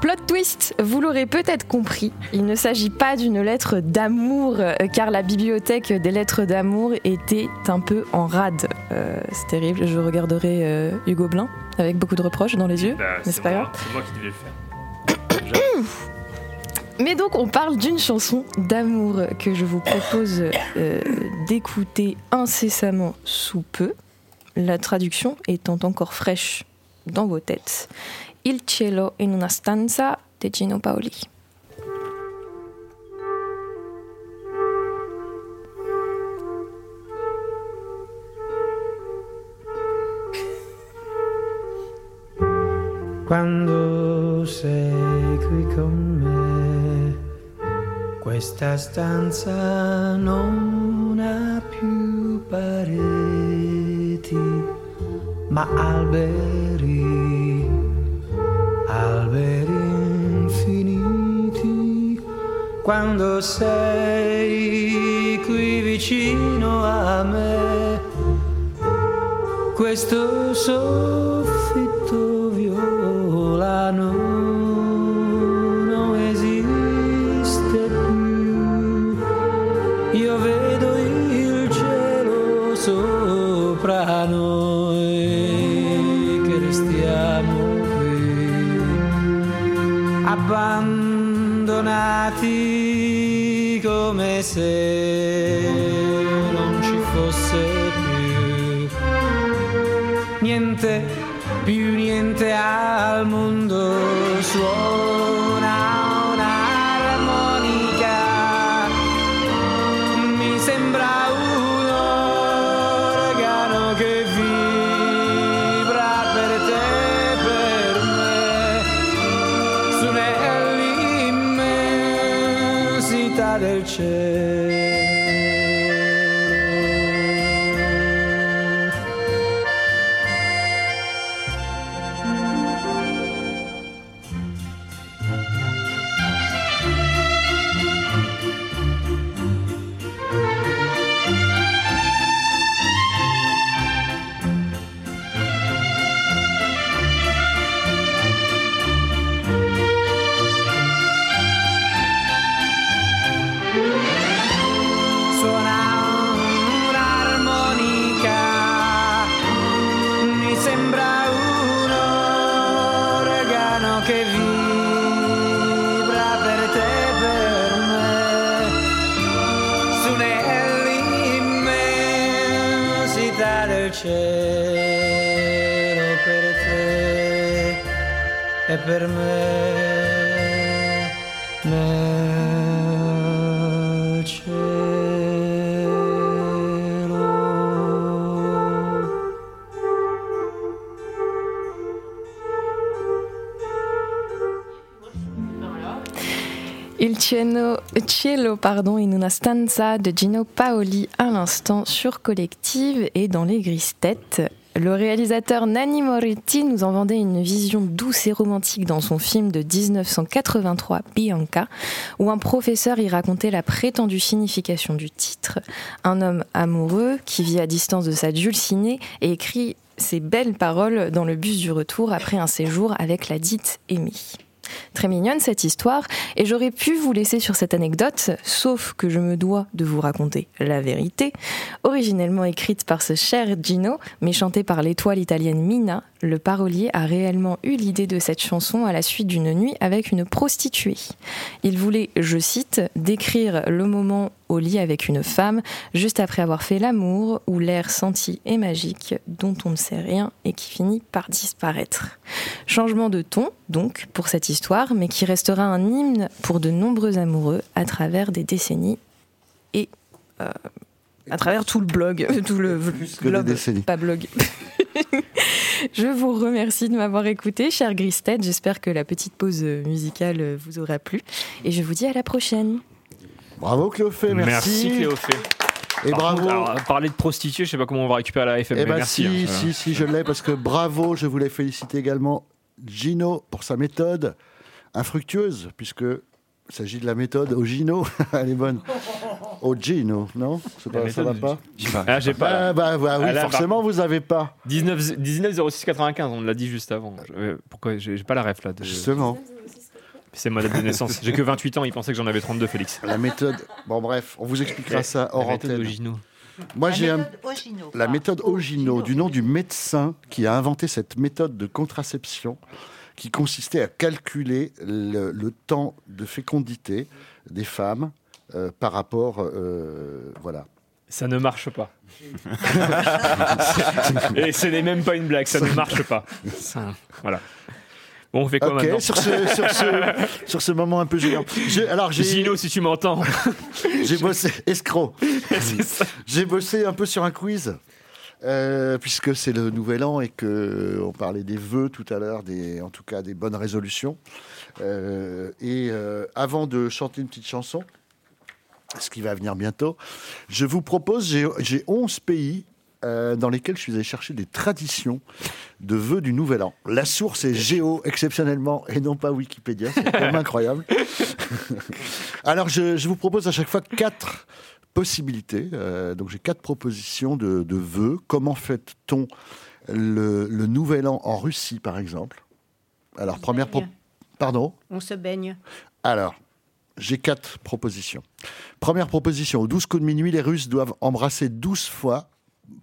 Speaker 12: Plot twist, vous l'aurez peut-être compris, il ne s'agit pas d'une lettre d'amour, euh, car la bibliothèque des lettres d'amour était un peu en rade. Euh, c'est terrible, je regarderai euh, Hugo Blin avec beaucoup de reproches dans les yeux,
Speaker 2: Bah,
Speaker 12: mais c'est pas
Speaker 2: moi-
Speaker 12: grave.
Speaker 2: C'est moi qui devais le faire.
Speaker 12: Mais donc on parle d'une chanson d'amour que je vous propose euh, d'écouter incessamment sous peu, la traduction étant encore fraîche dans vos têtes. Il cielo in una stanza de Gino Paoli.
Speaker 13: Quando sei qui con me, questa stanza non ha più pareti, ma alberi, alberi infiniti. Quando sei qui vicino a me, questo soffitto violano non esiste più. Io vedo il cielo sopra noi che restiamo qui, abbandonati come se non ci fosse più niente, più niente al mondo suona un'armonica. Mi sembra un organo che vibra per te, per me, su nell'immensità del cielo. Suona un'armonica, mi sembra un organo che vibra per te, per me, su nell'immensità del cielo per te e per me. Nel cielo.
Speaker 12: Il cielo, cielo pardon, in una stanza de Gino Paoli à l'instant sur Collective et dans les grises têtes. Le réalisateur Nanni Moretti nous en vendait une vision douce et romantique dans son film de 1983, Bianca, où un professeur y racontait la prétendue signification du titre. Un homme amoureux qui vit à distance de sa dulcinée et écrit ces belles paroles dans le bus du retour après un séjour avec la dite aimée. Très mignonne cette histoire, et j'aurais pu vous laisser sur cette anecdote, sauf que je me dois de vous raconter la vérité, originellement écrite par ce cher Gino, mais chantée par l'étoile italienne Mina, le parolier a réellement eu l'idée de cette chanson à la suite d'une nuit avec une prostituée. Il voulait, je cite, décrire le moment au lit avec une femme, juste après avoir fait l'amour, où l'air senti est magique, dont on ne sait rien et qui finit par disparaître. Changement de ton, donc, pour cette histoire, mais qui restera un hymne pour de nombreux amoureux à travers des décennies et euh, à travers tout le blog, euh, tout le
Speaker 3: que
Speaker 12: blog,
Speaker 3: des décennies.
Speaker 12: pas blog. Je vous remercie de m'avoir écouté, chère Gristed. J'espère que la petite pause euh, musicale vous aura plu. Et je vous dis à la prochaine.
Speaker 3: Bravo Cléophée, merci.
Speaker 2: Merci Cléophée.
Speaker 3: Et
Speaker 2: Par
Speaker 3: bravo.
Speaker 2: contre, alors, parler de prostituée, je sais pas comment on va récupérer la FM.
Speaker 3: Eh
Speaker 2: mais
Speaker 3: ben
Speaker 2: merci.
Speaker 3: si,
Speaker 2: hein.
Speaker 3: si, si, je l'ai parce que bravo, je voulais féliciter également Gino pour sa méthode infructueuse, puisque il s'agit de la méthode au Gino, elle est bonne. Au Gino, non C'est
Speaker 2: La
Speaker 3: pas- Ça va
Speaker 2: méthode
Speaker 3: pas
Speaker 2: du-
Speaker 5: J'ai pas.
Speaker 2: Ah, j'ai pas.
Speaker 3: Ah, bah, bah,
Speaker 2: Ah,
Speaker 3: oui,
Speaker 2: là,
Speaker 3: forcément, vous avez pas.
Speaker 2: 19, 19 06 95, on l'a dit juste avant. Je- euh, pourquoi j'ai j'ai pas la ref là de-
Speaker 3: Justement.
Speaker 2: C'est ma date de naissance. J'ai que 28 ans, il pensait que j'en avais 32, Félix.
Speaker 3: La méthode. Bon, bref, on vous expliquera
Speaker 2: La-
Speaker 3: ça hors
Speaker 2: la méthode
Speaker 3: antenne.
Speaker 2: Ogino.
Speaker 3: Moi,
Speaker 4: La
Speaker 3: j'ai un-
Speaker 4: méthode Ogino,
Speaker 3: La
Speaker 4: quoi.
Speaker 3: méthode Ogino, du nom du médecin qui a inventé cette méthode de contraception qui consistait à calculer le, le temps de fécondité des femmes euh, par rapport. euh, voilà.
Speaker 2: Ça ne marche pas. Et ce n'est même pas une blague, ça ne marche pas. Ça, voilà. Bon, on fait quoi
Speaker 3: Ok,
Speaker 2: maintenant
Speaker 3: sur ce, sur, ce, sur ce moment un peu gênant. Je- alors, j'ai
Speaker 2: Gino, si tu m'entends.
Speaker 3: j'ai bossé. Escroc J'ai bossé un peu sur un quiz. euh, puisque c'est le nouvel an et que on parlait des vœux tout à l'heure, des, en tout cas des bonnes résolutions. Euh, et euh, avant de chanter une petite chanson, ce qui va venir bientôt, je vous propose, j'ai- j'ai 11 pays euh, dans lesquels je suis allé chercher des traditions de vœux du Nouvel An. La source est Géo, exceptionnellement, et non pas Wikipédia, c'est quand même incroyable. Alors, je, je vous propose à chaque fois quatre possibilités. Euh, donc, j'ai quatre propositions de, de vœux. Comment fête-t-on le, le Nouvel An en Russie, par exemple Alors, première... pro-
Speaker 6: baigne.
Speaker 3: Pardon
Speaker 6: On se baigne.
Speaker 3: alors, j'ai quatre propositions. Première proposition, aux 12 coups de minuit, les Russes doivent embrasser 12 fois,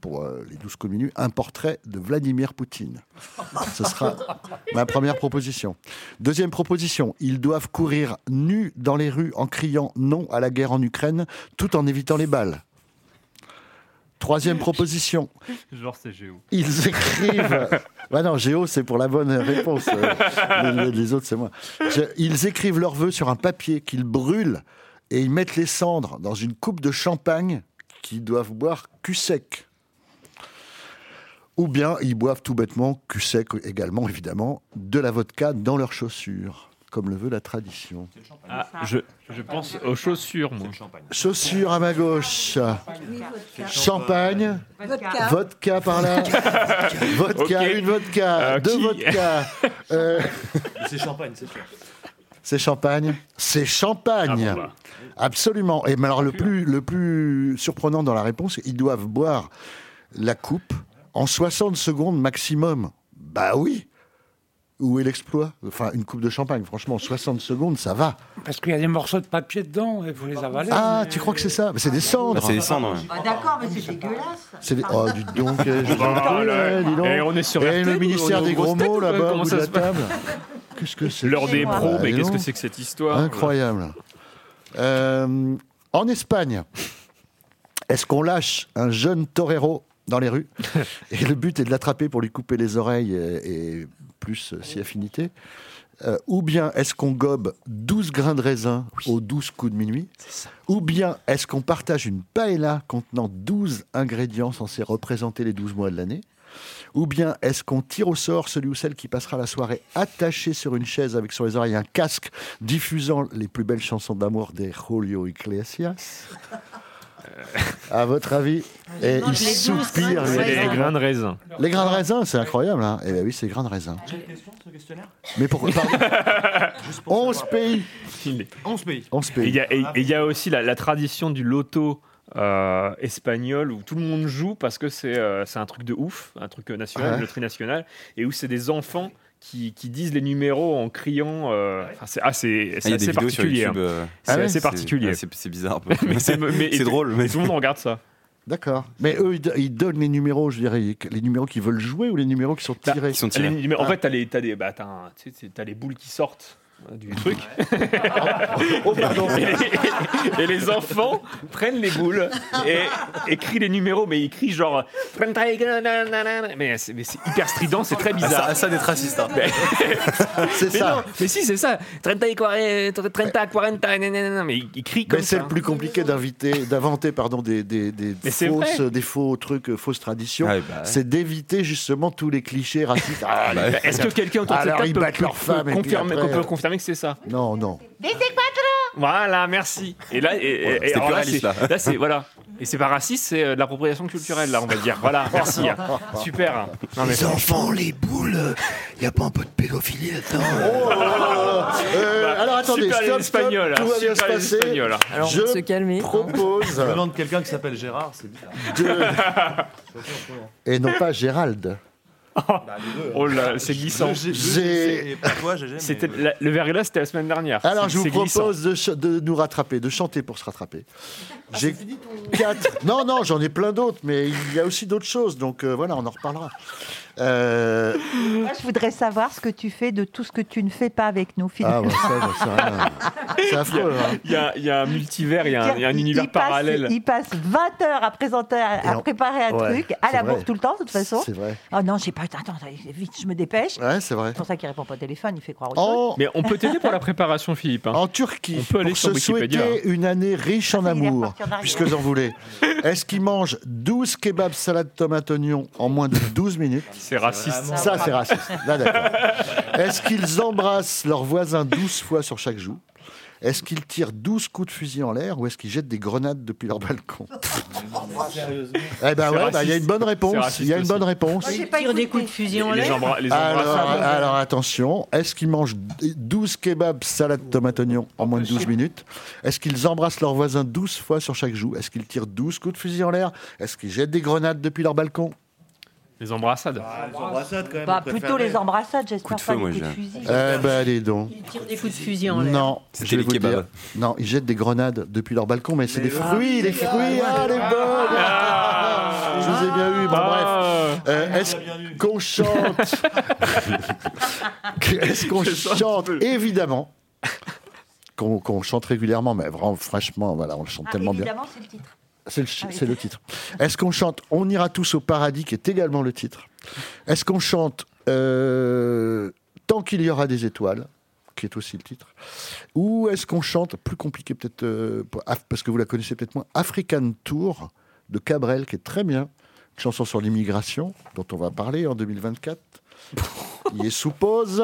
Speaker 3: pour euh, les 12 coups de minuit, un portrait de Vladimir Poutine. Ce sera ma première proposition. Deuxième proposition, ils doivent courir nus dans les rues en criant non à la guerre en Ukraine, tout en évitant les balles. Troisième proposition,
Speaker 2: Genre, c'est Géo.
Speaker 3: ils écrivent. Ouais, non, Géo, c'est pour la bonne réponse. Euh, les, les- les autres, c'est moi. Je- Ils écrivent leurs vœux sur un papier qu'ils brûlent et ils mettent les cendres dans une coupe de champagne qu'ils doivent boire cul sec. Ou bien ils boivent tout bêtement cul sec également, évidemment, de la vodka dans leurs chaussures, comme le veut la tradition.
Speaker 2: Ah, je, je pense aux chaussures, moi.
Speaker 3: Chaussures à ma gauche. Champagne.
Speaker 9: Vodka.
Speaker 3: Vodka par là. Vodka,
Speaker 2: Ok.
Speaker 3: une vodka,
Speaker 2: Euh,
Speaker 3: deux
Speaker 2: qui
Speaker 3: vodkas. Euh,
Speaker 10: C'est champagne, c'est sûr.
Speaker 3: c'est champagne C'est champagne.
Speaker 10: Ah bon, bah.
Speaker 3: Absolument. Et mais alors le plus, le plus surprenant dans la réponse, ils doivent boire la coupe en 60 secondes maximum. Bah oui. Où est l'exploit Enfin, une coupe de champagne, franchement, 60 secondes, ça va.
Speaker 7: Parce qu'il y a des morceaux de papier dedans et vous les avalez.
Speaker 3: Ah, tu crois que c'est ça Mais C'est des cendres.
Speaker 5: Bah, c'est des cendres. ouais.
Speaker 4: Ah, D'accord, mais c'est dégueulasse.
Speaker 3: C'est des- Oh, dis donc, eh, je vous en
Speaker 2: Ah,
Speaker 3: prie,
Speaker 2: là,
Speaker 3: eh, dis donc.
Speaker 2: eh, on est sur
Speaker 3: Eh,
Speaker 2: RTL,
Speaker 3: le
Speaker 2: ou
Speaker 3: ministère
Speaker 2: on est
Speaker 3: des
Speaker 2: aux
Speaker 3: gros
Speaker 2: grosses têtes,
Speaker 3: mots,
Speaker 2: ou pas
Speaker 3: là-bas, au
Speaker 2: Comment
Speaker 3: bout
Speaker 2: ça
Speaker 3: de la
Speaker 2: se passe
Speaker 3: table. Qu'est-ce que c'est
Speaker 2: L'heure
Speaker 3: que
Speaker 2: des
Speaker 3: ça
Speaker 2: pros,
Speaker 3: Bah,
Speaker 2: mais
Speaker 3: dis
Speaker 2: qu'est-ce que
Speaker 3: donc.
Speaker 2: c'est que cette histoire
Speaker 3: Incroyable. Euh, en Espagne, est-ce qu'on lâche un jeune torero dans les rues Et le but est de l'attraper pour lui couper les oreilles et, et plus euh, si affinité. Euh, ou bien est-ce qu'on gobe 12 grains de raisin aux 12 coups de minuit Ou bien est-ce qu'on partage une paella contenant 12 ingrédients censés représenter les 12 mois de l'année ou bien est-ce qu'on tire au sort celui ou celle qui passera la soirée attaché sur une chaise avec sur les oreilles un casque diffusant les plus belles chansons d'amour des Julio Iglesias À votre avis Et
Speaker 9: mange
Speaker 3: il
Speaker 9: les douze grains
Speaker 3: soupire.
Speaker 9: de
Speaker 3: lui.
Speaker 2: C'est les grains de raisin.
Speaker 3: Les grains de raisin, c'est incroyable. Hein eh bien oui, c'est les grains de raisin.
Speaker 10: Quelle question, ce questionnaire
Speaker 3: Mais pourquoi pardon 11 pays
Speaker 2: Il est-
Speaker 10: 11 pays.
Speaker 3: 11
Speaker 2: Et il
Speaker 3: pays.
Speaker 2: y, a- et- et il y a aussi la, la tradition du loto euh, espagnol où tout le monde joue parce que c'est euh, c'est un truc de ouf, un truc euh, national,
Speaker 3: Ouais.
Speaker 2: une loterie nationale, et où c'est des enfants qui, qui disent les numéros en criant. euh, enfin, c'est ah, c'est-
Speaker 5: Ah, il
Speaker 2: c'est
Speaker 5: y a des
Speaker 2: assez
Speaker 5: vidéos sur
Speaker 2: particulier.
Speaker 5: YouTube,
Speaker 2: hein.
Speaker 5: euh,
Speaker 2: C'est
Speaker 5: ah ouais,
Speaker 2: assez
Speaker 5: c'est-
Speaker 2: particulier.
Speaker 5: ouais, c'est- c'est bizarre,
Speaker 2: mais c'est mais-
Speaker 5: C'est drôle, mais-
Speaker 2: Tout le monde regarde ça.
Speaker 3: D'accord. Mais eux, ils do- ils donnent les numéros, je dirais, les numéros qu'ils veulent jouer ou les numéros qui sont
Speaker 2: Bah,
Speaker 3: tirés
Speaker 2: Les numé- En fait, t'as les, t'as des, bah, t'as un- tu sais, c'est- t'as les boules qui sortent euh, du truc.
Speaker 3: Oh,
Speaker 2: et, les, et les enfants prennent les boules et, et crient les numéros, mais ils crient genre. Mais c'est mais c'est hyper strident, c'est très bizarre.
Speaker 5: Ah, ça- ah, ça, d'être raciste, hein.
Speaker 2: Mais-
Speaker 3: C'est
Speaker 2: mais
Speaker 3: ça.
Speaker 2: non, mais si, c'est ça. 30, 40, 30, 40, nanana, mais ils ils crient comme
Speaker 3: Mais c'est
Speaker 2: ça.
Speaker 3: le plus compliqué d'inviter, d'inventer pardon des, des, des
Speaker 2: hein Mais c'est
Speaker 3: fausses,
Speaker 2: vrai.
Speaker 3: des faux trucs, euh, fausses traditions.
Speaker 5: Ah, bah, ouais.
Speaker 3: C'est d'éviter justement tous les clichés racistes. Ah,
Speaker 5: Bah,
Speaker 3: les-
Speaker 2: Est-ce que quelqu'un autour de cette
Speaker 3: Alors,
Speaker 2: table
Speaker 3: ils
Speaker 2: peut-
Speaker 3: battent
Speaker 2: peut-
Speaker 3: leurs femmes
Speaker 2: peut
Speaker 3: et puis
Speaker 2: confirmer-
Speaker 3: après, euh,
Speaker 2: qu'on peut confirmer que c'est ça
Speaker 3: Non, non.
Speaker 2: Voilà, merci. Et là, et- et- et
Speaker 5: Voilà, c'était
Speaker 2: alors là,
Speaker 5: pluraliste,
Speaker 2: c'est
Speaker 5: là.
Speaker 2: là, c'est- voilà. Et c'est pas raciste, c'est euh, de l'appropriation culturelle, là, on va dire. Voilà, merci. hein. Super. Non, mais-
Speaker 11: Les enfants, les boules, y a pas un peu de pédophilie là-dedans
Speaker 2: Oh
Speaker 3: Euh,
Speaker 2: Bah,
Speaker 3: alors attendez,
Speaker 2: super les
Speaker 3: stop, stop,
Speaker 2: Espagnols,
Speaker 3: tout va bien
Speaker 2: super
Speaker 3: se
Speaker 2: les
Speaker 3: passer.
Speaker 2: Espagnols.
Speaker 12: Alors, on
Speaker 3: Je
Speaker 12: va se calmer.
Speaker 3: propose
Speaker 10: Le nom de quelqu'un qui s'appelle Gérard, c'est bizarre.
Speaker 2: Bah.
Speaker 3: et non pas Gérald.
Speaker 10: Bah, les deux, hein.
Speaker 2: Oh là, c'est glissant.
Speaker 10: Je- je-
Speaker 3: J'ai-
Speaker 10: et pas toi, GG, mais-
Speaker 2: C'était la- le verglas, c'était la semaine dernière.
Speaker 3: Alors
Speaker 2: C'est-
Speaker 3: je vous
Speaker 2: c'est glissant.
Speaker 3: propose de, ch- de nous rattraper, de chanter pour se rattraper. J'ai quatre. Non, non, j'en ai plein d'autres, mais il y a aussi d'autres choses, donc euh, voilà, on en reparlera. Euh,
Speaker 4: Moi, je voudrais savoir ce que tu fais de tout ce que tu ne fais pas avec nous, Philippe.
Speaker 3: Ah ouais, ça, j'en sais rien. C'est affreux. hein.
Speaker 2: Il y a, il y a un multivers, il y a un, il y a un
Speaker 4: Il- il
Speaker 2: univers
Speaker 4: passe-
Speaker 2: parallèle.
Speaker 4: Il passe 20 heures à présenter,
Speaker 3: Et
Speaker 4: à,
Speaker 3: en-
Speaker 4: préparer un
Speaker 3: Ouais,
Speaker 4: truc, à
Speaker 3: c'est
Speaker 4: la
Speaker 3: vrai.
Speaker 4: bourre tout le temps, de toute façon.
Speaker 3: C'est vrai.
Speaker 4: Oh non, j'ai pas. Attends, attends, vite, je me dépêche.
Speaker 3: Ouais, Oh. c'est vrai.
Speaker 4: C'est pour ça qu'il répond pas au téléphone, il fait croire au
Speaker 3: En,
Speaker 2: Mais on peut t'aider pour la préparation, Philippe. hein.
Speaker 3: en Turquie,
Speaker 2: On peut aller
Speaker 3: pour
Speaker 2: sur
Speaker 3: se
Speaker 2: Wikipédia. hein.
Speaker 3: souhaiter une année riche en
Speaker 4: Ah, il est
Speaker 3: amour,
Speaker 4: reparti en arrière.
Speaker 3: puisque j'en voulais, est-ce qu'ils mangent 12 kebabs salade tomate oignon en moins de 12 minutes
Speaker 2: C'est raciste.
Speaker 3: Ça, c'est raciste. Là, d'accord. Est-ce qu'ils embrassent leurs voisins 12 fois sur chaque joue Est-ce qu'ils tirent 12 coups de fusil en l'air ou est-ce qu'ils jettent des grenades depuis leur balcon Eh ben ouais, bah, il y a une bonne réponse.
Speaker 2: raciste
Speaker 3: Il y a une
Speaker 2: aussi.
Speaker 3: bonne réponse.
Speaker 4: J'ai
Speaker 6: Ils
Speaker 4: pas
Speaker 6: tirent des
Speaker 4: écouté.
Speaker 6: coups de fusil en
Speaker 2: Les,
Speaker 6: l'air. Ah,
Speaker 2: embra- les
Speaker 3: Alors,
Speaker 2: embrassements.
Speaker 3: alors, attention, est-ce qu'ils mangent 12 kebabs salade tomate oignon en moins de 12 minutes Est-ce qu'ils embrassent leurs voisins 12 fois sur chaque joue Est-ce qu'ils tirent 12 coups de fusil en l'air Est-ce qu'ils jettent des grenades depuis leur balcon
Speaker 2: Les embrassades.
Speaker 10: Ah, les embrassades, quand même,
Speaker 4: Bah,
Speaker 10: on préfère
Speaker 4: plutôt les
Speaker 10: les-
Speaker 4: embrassades, j'espère
Speaker 5: de feu,
Speaker 4: pas les
Speaker 5: moi,
Speaker 4: coups de
Speaker 5: je-
Speaker 4: fusil.
Speaker 3: Eh ben allez donc.
Speaker 6: Ils tirent des coups de fusil en l'air.
Speaker 3: Non,
Speaker 5: C'était
Speaker 3: je vais
Speaker 5: les
Speaker 3: vous le dire.
Speaker 5: kebabs.
Speaker 3: Non, ils jettent des grenades depuis leur balcon, mais c'est des fruits, les fruits, ah, les bonnes
Speaker 2: Ah.
Speaker 3: Je vous ai bien eu, bon bref.
Speaker 2: Ah.
Speaker 3: Euh, Est-ce qu'on chante Est-ce qu'on chante Évidemment qu'on qu'on chante régulièrement, mais vraiment, franchement, voilà, on le chante
Speaker 4: Ah,
Speaker 3: tellement bien.
Speaker 4: évidemment, c'est le titre.
Speaker 3: C'est le, chi-
Speaker 4: Ah oui.
Speaker 3: c'est le titre. Est-ce qu'on chante On ira tous au paradis, qui est également le titre Est-ce qu'on chante euh, Tant qu'il y aura des étoiles, qui est aussi le titre Ou est-ce qu'on chante, plus compliqué peut-être, euh, pour- Af- parce que vous la connaissez peut-être moins, African Tour de Cabrel, qui est très bien, une chanson sur l'immigration, dont on va parler en 2024. Il est suppose.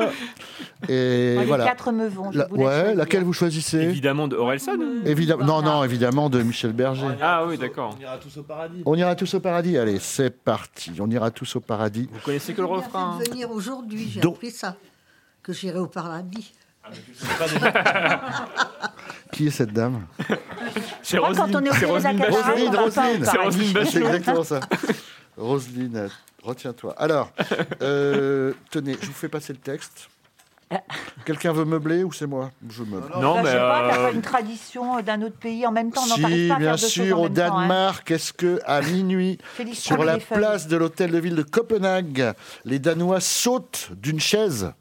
Speaker 3: Et
Speaker 4: Moi, Les
Speaker 3: voilà.
Speaker 4: quatre me vont. je
Speaker 3: La-
Speaker 4: vous laisse
Speaker 3: ouais,
Speaker 4: choisir. Euh,
Speaker 3: laquelle vous choisissez
Speaker 2: Évidemment de Orelsan.
Speaker 3: Évidemment. Non, non, évidemment de Michel Berger.
Speaker 2: Ah oui, d'accord.
Speaker 10: On ira tous au paradis.
Speaker 3: On ira tous au paradis. Allez, c'est parti. On ira tous au paradis.
Speaker 2: Vous connaissez que le refrain. hein.
Speaker 9: de venir aujourd'hui, j'ai
Speaker 3: Donc-
Speaker 9: appris ça, que j'irai au paradis.
Speaker 3: Qui est cette dame
Speaker 2: C'est
Speaker 4: crois quand on est au
Speaker 2: c'est
Speaker 4: milieu de la
Speaker 2: Roselyne
Speaker 4: cataract,
Speaker 2: Bachelot.
Speaker 3: Roselyne,
Speaker 4: on va pas au paradis.
Speaker 3: Roselyne.
Speaker 2: C'est
Speaker 3: C'est exactement
Speaker 2: Roselyne Bachelot.
Speaker 3: ça. Roselyne, euh, retiens-toi. Alors, euh, tenez, je vous fais passer le texte. Quelqu'un veut meubler ou c'est moi Je meuble.
Speaker 2: Non,
Speaker 4: Bah,
Speaker 2: mais.
Speaker 4: Je sais pas, t'as
Speaker 2: euh,
Speaker 4: pas une tradition euh, d'un autre pays en même temps, on n'en
Speaker 3: si,
Speaker 4: t'arrive pas à
Speaker 3: bien
Speaker 4: faire deux choses
Speaker 3: sûr,
Speaker 4: en
Speaker 3: au
Speaker 4: même temps, hein.
Speaker 3: Danemark, est-ce que à minuit,
Speaker 4: Félix,
Speaker 3: sur
Speaker 4: prends
Speaker 3: la
Speaker 4: les feuilles.
Speaker 3: place de l'hôtel de ville de Copenhague, les Danois sautent d'une chaise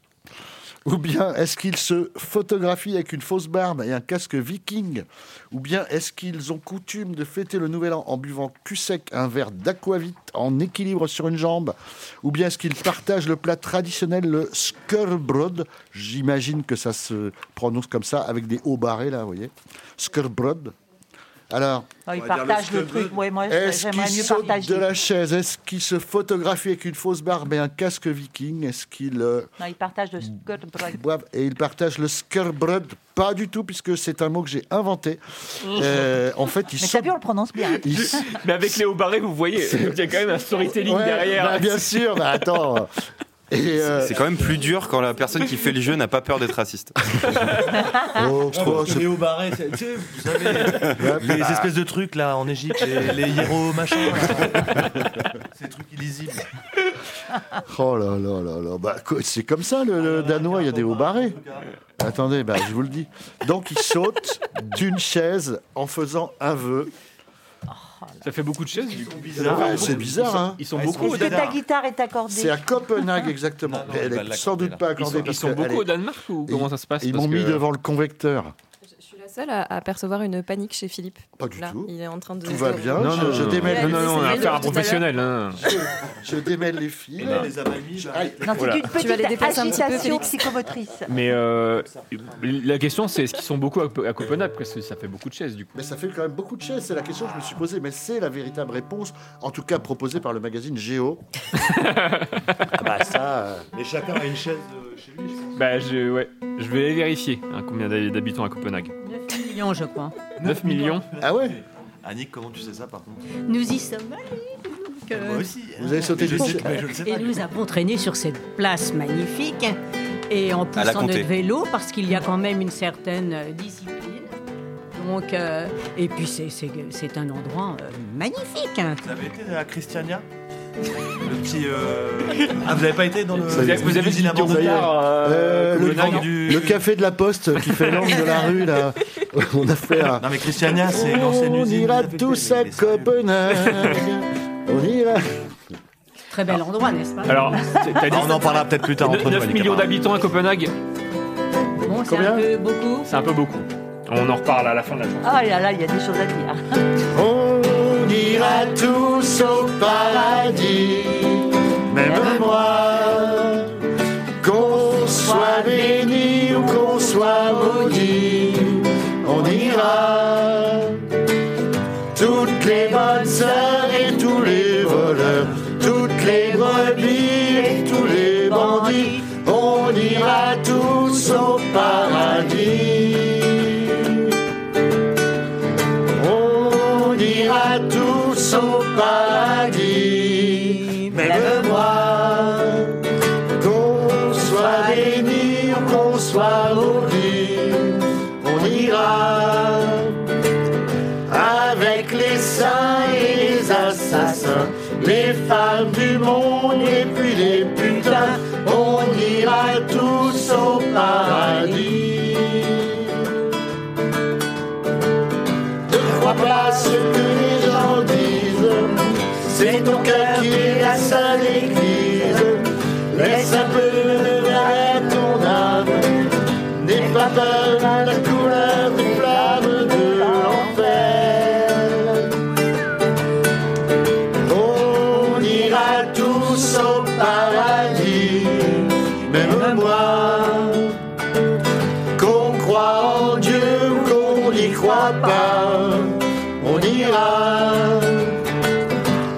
Speaker 3: Ou bien est-ce qu'ils se photographient avec une fausse barbe et un casque viking Ou bien est-ce qu'ils ont coutume de fêter le nouvel an en buvant cul sec un verre d'aquavit en équilibre sur une jambe Ou bien est-ce qu'ils partagent le plat traditionnel, le skørbrød J'imagine que ça se prononce comme ça, avec des hauts barrés là, vous voyez Skørbrød. Alors,
Speaker 4: Non, Ah, ils
Speaker 10: On va dire le
Speaker 4: partagent le
Speaker 10: Scrabble.
Speaker 4: truc. Ouais, moi,
Speaker 3: est-ce
Speaker 4: j'aimerais
Speaker 3: qu'il
Speaker 4: mieux
Speaker 3: saute
Speaker 4: partager.
Speaker 3: de la chaise Est-ce qu'il se photographie avec une fausse barbe et un casque viking Est-ce qu'il euh,
Speaker 4: Non, ils partagent le Scrabble.
Speaker 3: boive et il partage le skerbrud Pas du tout, puisque c'est un mot que j'ai inventé. Euh, en fait, il
Speaker 4: Mm. Mais
Speaker 3: saute.
Speaker 4: t'as vu, on le prononce bien.
Speaker 3: il s-
Speaker 2: Mais avec Léo Barré, vous voyez, il y a quand même un storytelling
Speaker 3: Ouais,
Speaker 2: derrière.
Speaker 3: bah, bien sûr, bah, attends.
Speaker 5: C'est c'est quand même plus dur quand la personne qui fait le jeu n'a pas peur d'être raciste.
Speaker 11: Oh,
Speaker 5: trouve-
Speaker 10: c'est Léo Barret, c'est- tu sais, vous savez, les
Speaker 14: bah.
Speaker 10: espèces de trucs là en Égypte, les, les hiéros machin, là. ces trucs illisibles.
Speaker 11: Oh là là là là. Bah, co- c'est comme ça le, le danois, il y a des hauts barrés. Attendez, bah, je vous le dis. Donc il saute d'une chaise en faisant un vœu.
Speaker 2: Ça fait beaucoup de chaises du coup.
Speaker 11: Ouais, c'est bizarre, hein.
Speaker 2: Ils sont,
Speaker 11: Ah,
Speaker 2: ils
Speaker 11: ils
Speaker 2: sont
Speaker 11: sont
Speaker 2: beaucoup au
Speaker 4: Est-ce que ta
Speaker 2: Danemark.
Speaker 4: guitare est accordée
Speaker 11: C'est à Copenhague exactement.
Speaker 10: Non, non, il
Speaker 11: elle
Speaker 10: va
Speaker 11: est sans
Speaker 10: l'accorder,
Speaker 11: doute
Speaker 10: là.
Speaker 11: pas
Speaker 2: Ils
Speaker 11: accordée
Speaker 2: sont, ils
Speaker 11: parce
Speaker 2: sont
Speaker 11: qu'elle
Speaker 2: beaucoup au
Speaker 11: est-
Speaker 2: Danemark ou comment ça se passe
Speaker 11: Ils
Speaker 2: Parce
Speaker 11: m'ont mis
Speaker 2: que-
Speaker 11: devant le convecteur.
Speaker 12: Je suis la seule à, à percevoir une panique chez Philippe.
Speaker 11: Pas du
Speaker 12: Là,
Speaker 11: tout.
Speaker 12: Il est en train de.
Speaker 11: Tout va bien.
Speaker 2: Non,
Speaker 11: je,
Speaker 2: non,
Speaker 11: je
Speaker 2: non,
Speaker 11: démêle.
Speaker 2: non, non, on a affaire à un professionnel. hein.
Speaker 11: Je démêle les fils.
Speaker 10: Là, les avamis, là.
Speaker 4: Non, c'est
Speaker 2: Voilà.
Speaker 4: une petite
Speaker 12: vas les déplacer un petit peu,
Speaker 4: agitation
Speaker 12: Félix.
Speaker 4: psychomotrice.
Speaker 2: Mais euh, la question c'est est-ce qu'ils sont beaucoup à, à Copenhague Parce que ça fait beaucoup de chaises du coup.
Speaker 11: Mais ça fait quand même beaucoup de chaises, c'est la question que je me suis posée, mais c'est la véritable réponse, en tout cas proposée par le magazine Géo. ah bah ça, euh,
Speaker 10: Mais chacun a une chaise euh, chez lui. je pense.
Speaker 2: Bah je, ouais, je vais aller vérifier hein, combien d'hab- d'habitants à Copenhague.
Speaker 6: 9 millions, je crois.
Speaker 2: 9 millions
Speaker 11: Ah ouais
Speaker 10: Annick, comment tu sais ça par contre
Speaker 6: Nous y sommes allés. donc, euh,
Speaker 10: Moi aussi.
Speaker 11: Vous avez sauté
Speaker 10: Mais je
Speaker 11: du
Speaker 10: sais-
Speaker 11: pont.
Speaker 10: mais je le sais
Speaker 6: Et
Speaker 10: pas.
Speaker 6: nous avons traîné sur cette place magnifique et en
Speaker 5: la
Speaker 6: poussant
Speaker 5: compter.
Speaker 6: notre vélo parce qu'il y a quand même une certaine euh, discipline. Donc, euh, et puis c'est- c'est c'est un endroit euh, magnifique. hein.
Speaker 10: Vous avez été à Christiania Le petit. euh, Ah, vous avez pas été dans le.
Speaker 11: Ça y est.
Speaker 2: Vous avez dit
Speaker 10: l'usine à
Speaker 2: qu'on
Speaker 10: Mandela
Speaker 11: Euh, le,
Speaker 10: Copenhague,
Speaker 11: le-
Speaker 10: du-
Speaker 11: le café de la poste qui fait l'angle de la rue là. On a fait un.
Speaker 10: Non, mais Christiania, c'est l'ancienne
Speaker 11: On
Speaker 10: usine.
Speaker 11: ira
Speaker 10: vous avez
Speaker 11: tous
Speaker 10: été,
Speaker 11: à
Speaker 10: mais sérieux.
Speaker 11: Copenhague. On ira.
Speaker 6: Très bel endroit, n'est-ce pas
Speaker 2: Alors, t- t'as dit
Speaker 10: Ah, on en parlera peut-être plus tard entre
Speaker 2: 9 millions d'habitants à Copenhague
Speaker 6: Bon, c'est un peu beaucoup.
Speaker 2: C'est un peu beaucoup. On en reparle à la fin de la chanson.
Speaker 4: Ah là là, il y a des choses à dire.
Speaker 11: On ira tous au paradis, même moi. Qu'on soit béni ou qu'on soit maudit, on ira. Toutes les bonnes heures et tous les voleurs, toutes les brebis et tous les bandits, on ira tous au paradis. On ira tous au paradis, même moi. Qu'on soit béni ou qu'on soit maudit, on ira avec les saints et les assassins, les femmes du monde et puis les putains. On ira tous au paradis. Deux fois pas ce que les gens disent. C'est ton cœur qui est la seule église. Laisse un peu de verre à ton âme. N'aie pas peur à la couleur des flammes de l'enfer. On ira tous au paradis, même moi. Qu'on croit en Dieu ou qu'on n'y croit pas, on ira.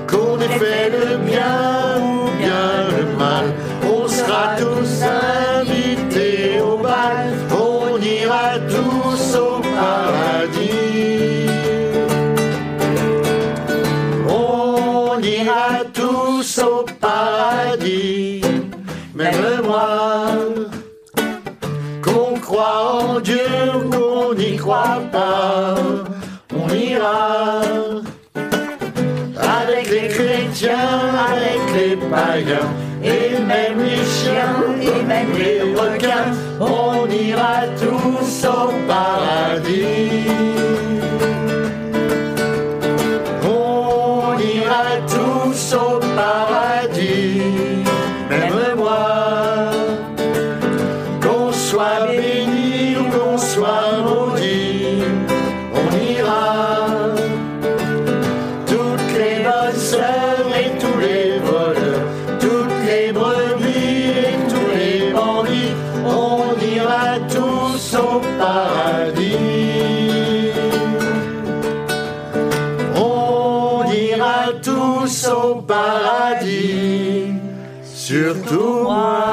Speaker 11: Qu'on ait fait le bien ou bien le mal, on sera tous invités au bal. On ira tous au paradis. On ira tous au paradis, même moi. Qu'on croit en Dieu ou qu'on n'y croit pas, on ira. Avec les chrétiens, avec les païens, et même les chiens, et même les requins, on ira tous au paradis. On ira tous au paradis, même moi. Qu'on soit béni ou qu'on soit maudit, on ira. Toutes les bonnes œuvres et tous les voleurs, toutes les brebis et tous les bandits, on ira tous au paradis. On ira tous au paradis, surtout moi.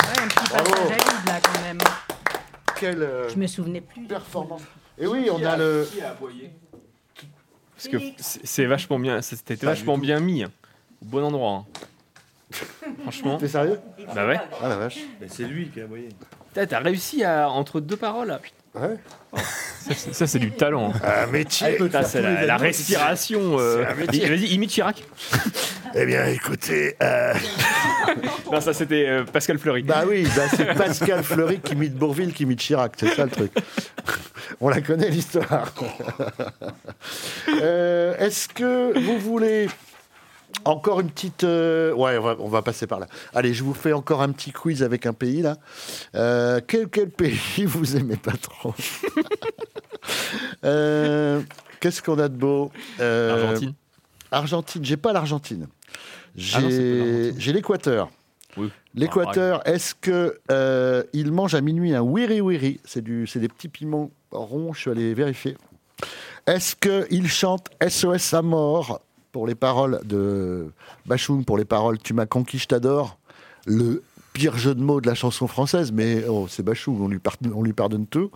Speaker 6: Ouais, un petit passage à vide, là, quand même.
Speaker 11: Quelle euh,
Speaker 3: eh
Speaker 6: Je me souvenais plus.
Speaker 11: performance Et oui, on a le.
Speaker 2: Parce que c'est c'est vachement bien, c'était vachement bien mis. hein. Au bon endroit. hein. Franchement.
Speaker 3: T'es sérieux
Speaker 2: Bah ouais.
Speaker 3: Ah la vache.
Speaker 10: c'est lui qui a envoyé.
Speaker 2: Putain, T'as réussi à, entre deux paroles. là. Oh.
Speaker 3: Ouais.
Speaker 2: Ça, c'est- ça, c'est du talent.
Speaker 3: Un métier.
Speaker 2: Ah, écoute, ça, c'est la, la respiration. euh,
Speaker 3: C'est un métier.
Speaker 2: Vas-y, imite Chirac.
Speaker 3: Eh bien, écoutez. euh,
Speaker 2: Non, ça c'était euh, Pascal Fleury.
Speaker 3: Bah oui, bah, c'est Pascal Fleury qui imite Bourville, qui imite Chirac, c'est ça le truc. On la connaît l'histoire. Euh, Est-ce que vous voulez encore une petite. euh, Ouais, on va, on va passer par là. Allez, je vous fais encore un petit quiz avec un pays là. Euh, quel, quel pays vous aimez pas trop Euh, Qu'est-ce qu'on a de beau Euh,
Speaker 2: Argentine.
Speaker 3: Argentine, j'ai pas l'Argentine.
Speaker 2: Ah non, c'est pas
Speaker 3: J'ai j'ai l'Équateur.
Speaker 2: Oui. Ah,
Speaker 3: L'Équateur, est-ce que euh, il mange à minuit un wiri wiri C'est du, c'est des petits piments ronds. Je suis allé vérifier. Est-ce que il chante SOS à mort pour les paroles de Bachoum pour les paroles Tu m'as conquis, je t'adore. Le pire jeu de mots de la chanson française, mais oh, c'est Bachoum, on lui pardonne, on lui pardonne tout.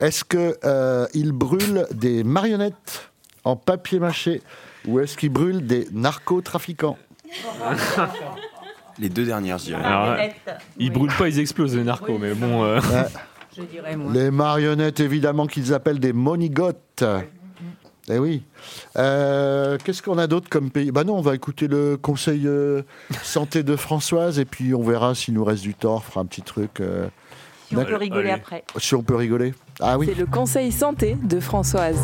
Speaker 3: Est-ce que euh, il brûle des marionnettes en papier mâché ou est-ce qu'il brûle des narcotrafiquants
Speaker 5: Les deux dernières, je dirais.
Speaker 2: Alors, euh, ils brûlent pas, ils explosent les narcos, mais bon. euh,
Speaker 3: Ouais.
Speaker 6: Je dirais moi.
Speaker 3: Les marionnettes, évidemment, qu'ils appellent des monigotes. Eh oui. Euh, Qu'est-ce qu'on a d'autre comme pays Bah non, on va écouter le conseil euh, santé de Françoise et puis on verra s'il nous reste du temps. On fera un petit truc. euh,
Speaker 4: Si on peut
Speaker 3: d'ac-
Speaker 4: rigoler
Speaker 2: Allez.
Speaker 4: après.
Speaker 3: si on peut rigoler. Ah oui.
Speaker 12: C'est le conseil santé de Françoise.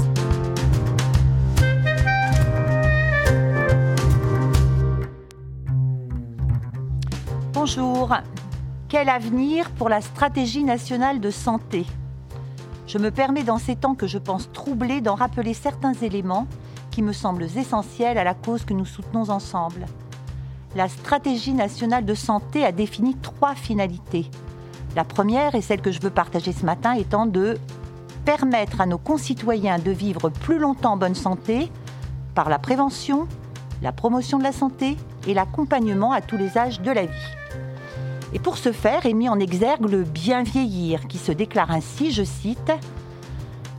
Speaker 4: Bonjour. Quel avenir pour la stratégie nationale de santé Je me permets dans ces temps que je pense troublés d'en rappeler certains éléments qui me semblent essentiels à la cause que nous soutenons ensemble. La stratégie nationale de santé a défini trois finalités. La première, et celle que je veux partager ce matin, étant de permettre à nos concitoyens de vivre plus longtemps en bonne santé par la prévention, la promotion de la santé et l'accompagnement à tous les âges de la vie. Et pour ce faire est mis en exergue le bien vieillir, qui se déclare ainsi, je cite,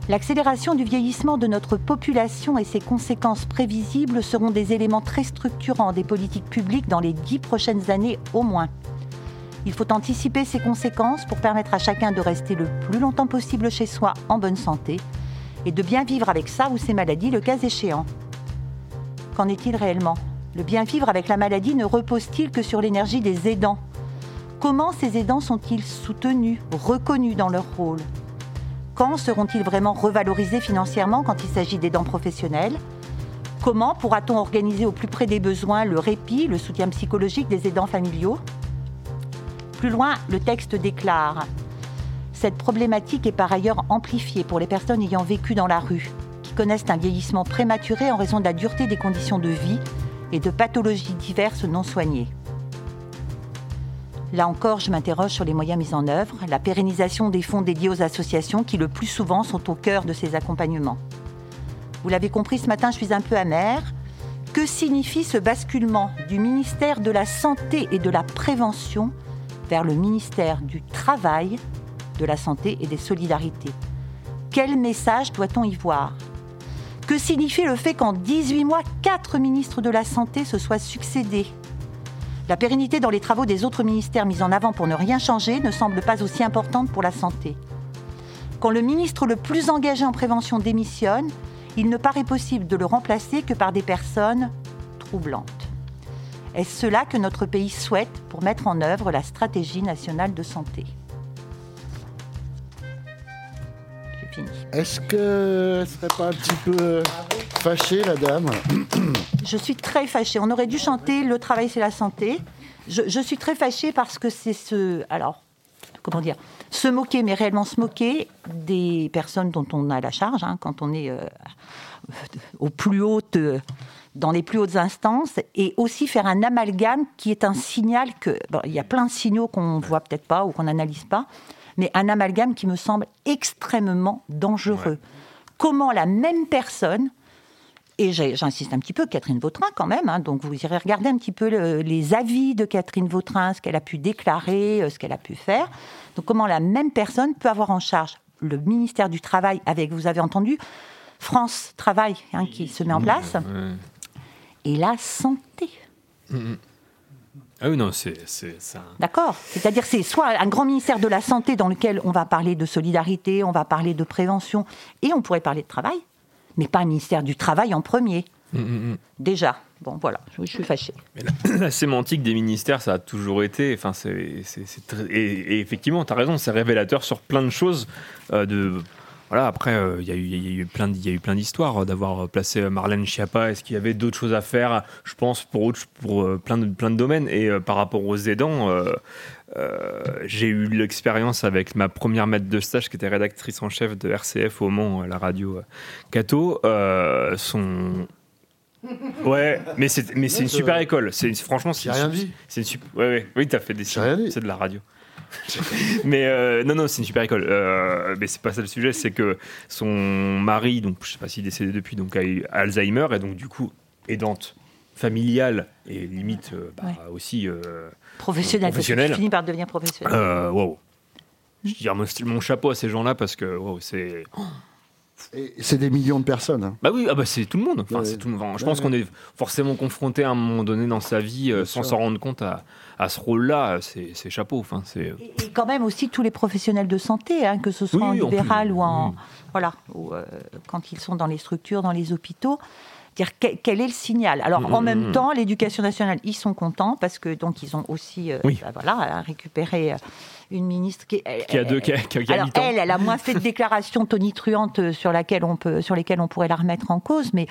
Speaker 4: L'accélération du vieillissement de notre population et ses conséquences prévisibles seront des éléments très structurants des politiques publiques dans les dix prochaines années au moins. Il faut anticiper ces conséquences pour permettre à chacun de rester le plus longtemps possible chez soi en bonne santé et de bien vivre avec ça ou ses maladies le cas échéant. Qu'en est-il réellement Le bien vivre avec la maladie ne repose-t-il que sur l'énergie des aidants Comment ces aidants sont-ils soutenus, reconnus dans leur rôle Quand seront-ils vraiment revalorisés financièrement quand il s'agit d'aidants professionnels Comment pourra-t-on organiser au plus près des besoins le répit, le soutien psychologique des aidants familiaux Plus loin, le texte déclare cette problématique est par ailleurs amplifiée pour les personnes ayant vécu dans la rue, qui connaissent un vieillissement prématuré en raison de la dureté des conditions de vie et de pathologies diverses non soignées. Là encore, je m'interroge sur les moyens mis en œuvre, la pérennisation des fonds dédiés aux associations qui le plus souvent sont au cœur de ces accompagnements. Vous l'avez compris ce matin, je suis un peu amère. Que signifie ce basculement du ministère de la Santé et de la Prévention vers le ministère du Travail, de la Santé et des Solidarités Quel message doit-on y voir Que signifie le fait qu'en 18 mois, quatre ministres de la Santé se soient succédés la pérennité dans les travaux des autres ministères mis en avant pour ne rien changer ne semble pas aussi importante pour la santé. Quand le ministre le plus engagé en prévention démissionne, il ne paraît possible de le remplacer que par des personnes troublantes. Est-ce cela que notre pays souhaite pour mettre en œuvre la stratégie nationale de santé J'ai fini.
Speaker 3: Est-ce que elle serait pas un petit peu euh, fâchée, la dame
Speaker 4: Je suis très fâchée. On aurait dû chanter Le travail, c'est la santé. Je, je suis très fâchée parce que c'est ce. Alors, comment dire Se moquer, mais réellement se moquer des personnes dont on a la charge, hein, quand on est euh, au plus haute, euh, dans les plus hautes instances, et aussi faire un amalgame qui est un signal que. bon, il y a plein de signaux qu'on ne voit peut-être pas ou qu'on n'analyse pas, mais un amalgame qui me semble extrêmement dangereux. Comment la même personne et j'ai- j'insiste un petit peu, Catherine Vautrin quand même, hein, donc vous irez regarder un petit peu le- les avis de Catherine Vautrin, ce qu'elle a pu déclarer, euh, ce qu'elle a pu faire. Donc comment la même personne peut avoir en charge le ministère du Travail avec, vous avez entendu, France Travail hein, qui se met en place. Et la santé.
Speaker 2: Mhm. Ah oui, non, c'est c'est- c'est un-
Speaker 4: D'accord C'est-à-dire, c'est soit un grand ministère de la Santé dans lequel on va parler de solidarité, on va parler de prévention, et on pourrait parler de travail, mais pas un ministère du Travail en premier.
Speaker 2: Mm, mm, mm.
Speaker 4: Déjà. Bon, voilà, je, je suis fâchée.
Speaker 2: Mais la, la sémantique des ministères, ça a toujours été. Enfin, c'est, c'est- c'est très- et, et effectivement, tu as raison, c'est révélateur sur plein de choses. euh, de, voilà, après, euh, il y, a eu- il y a eu plein d- il y a eu plein d'histoires euh, d'avoir euh, placé euh, Marlène Schiappa. Est-ce qu'il y avait d'autres choses à faire, je pense, pour, autre- pour euh, plein, de, plein de domaines Et euh, par rapport aux aidants, euh, euh, j'ai eu l'expérience avec ma première maître de stage qui était rédactrice en chef de RCF au Mans, à la radio euh, Cato. euh, son, Ouais, mais c'est mais c'est une super école. C'est une- franchement, c'est rien dit. C'est une super. Ouais, ouais. Oui, t'as fait des. C'est de la radio. mais euh, non, non, c'est une super école. Euh, mais c'est pas ça le sujet. C'est que son mari, donc je sais pas s'il est décédé depuis, donc a eu Alzheimer et donc du coup aidante familiale et limite euh, bah, aussi euh,
Speaker 4: Professionnel, parce que je finis par devenir professionnel.
Speaker 2: Euh, wow. Je veux dire, mon, mon chapeau à ces gens-là parce que wow, c'est.
Speaker 3: Et C'est des millions de personnes. hein.
Speaker 2: Bah oui, ah bah c'est tout le monde. Enfin,
Speaker 3: Ouais.
Speaker 2: c'est tout le monde. Enfin, Je
Speaker 3: Ouais,
Speaker 2: pense qu'on est forcément confronté à un moment donné dans sa vie, euh, sans
Speaker 3: sûr.
Speaker 2: s'en rendre compte, à, à ce rôle-là. C'est c'est chapeau. Enfin, c'est. euh,
Speaker 4: Et quand même aussi tous les professionnels de santé, hein, que ce soit
Speaker 2: Oui,
Speaker 4: en
Speaker 2: oui, en plus. Mm.
Speaker 4: libéral ou en. Voilà, ou, euh, quand ils sont dans les structures, dans les hôpitaux. Dire quel, quel est le signal Alors
Speaker 2: Mm,
Speaker 4: en
Speaker 2: mm,
Speaker 4: même
Speaker 2: mm.
Speaker 4: temps, l'éducation nationale, ils sont contents parce que donc ils ont aussi euh,
Speaker 2: Oui.
Speaker 4: bah, voilà récupéré euh, une ministre qui, elle-
Speaker 2: Qui a deux-
Speaker 4: elle-
Speaker 2: qui a- qui a- qui a
Speaker 4: alors
Speaker 2: huit ans.
Speaker 4: elle, elle a moins fait de déclarations tonitruantes euh, sur laquelle on peut sur lesquelles on pourrait la remettre en cause, mais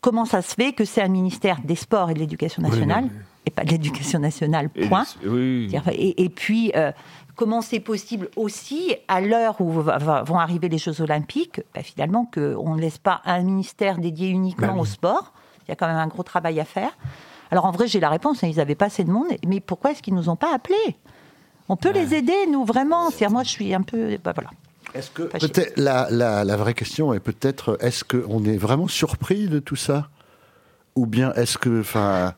Speaker 4: comment ça se fait que c'est un ministère des Sports et de l'Éducation
Speaker 2: Oui, non,
Speaker 4: nationale et pas de l'Éducation nationale
Speaker 2: Et-
Speaker 4: point
Speaker 2: oui, oui.
Speaker 4: C'est-à-dire, Et, et puis, euh, comment c'est possible aussi, à l'heure où va- va- vont arriver les Jeux Olympiques, bah, finalement, qu'on ne laisse pas un ministère dédié uniquement
Speaker 2: Bah
Speaker 4: au sport Il y a quand même un gros travail à faire. Alors, en vrai, j'ai la réponse, hein, ils n'avaient pas assez de monde, mais pourquoi est-ce qu'ils ne nous ont pas appelés On peut les aider, nous, vraiment. C'est-à-dire, moi, je suis un peu. bah, voilà.
Speaker 3: Est-ce que. Peut-être la, la- la vraie question est peut-être est-ce qu'on est vraiment surpris de tout ça Ou bien est-ce que. Enfin,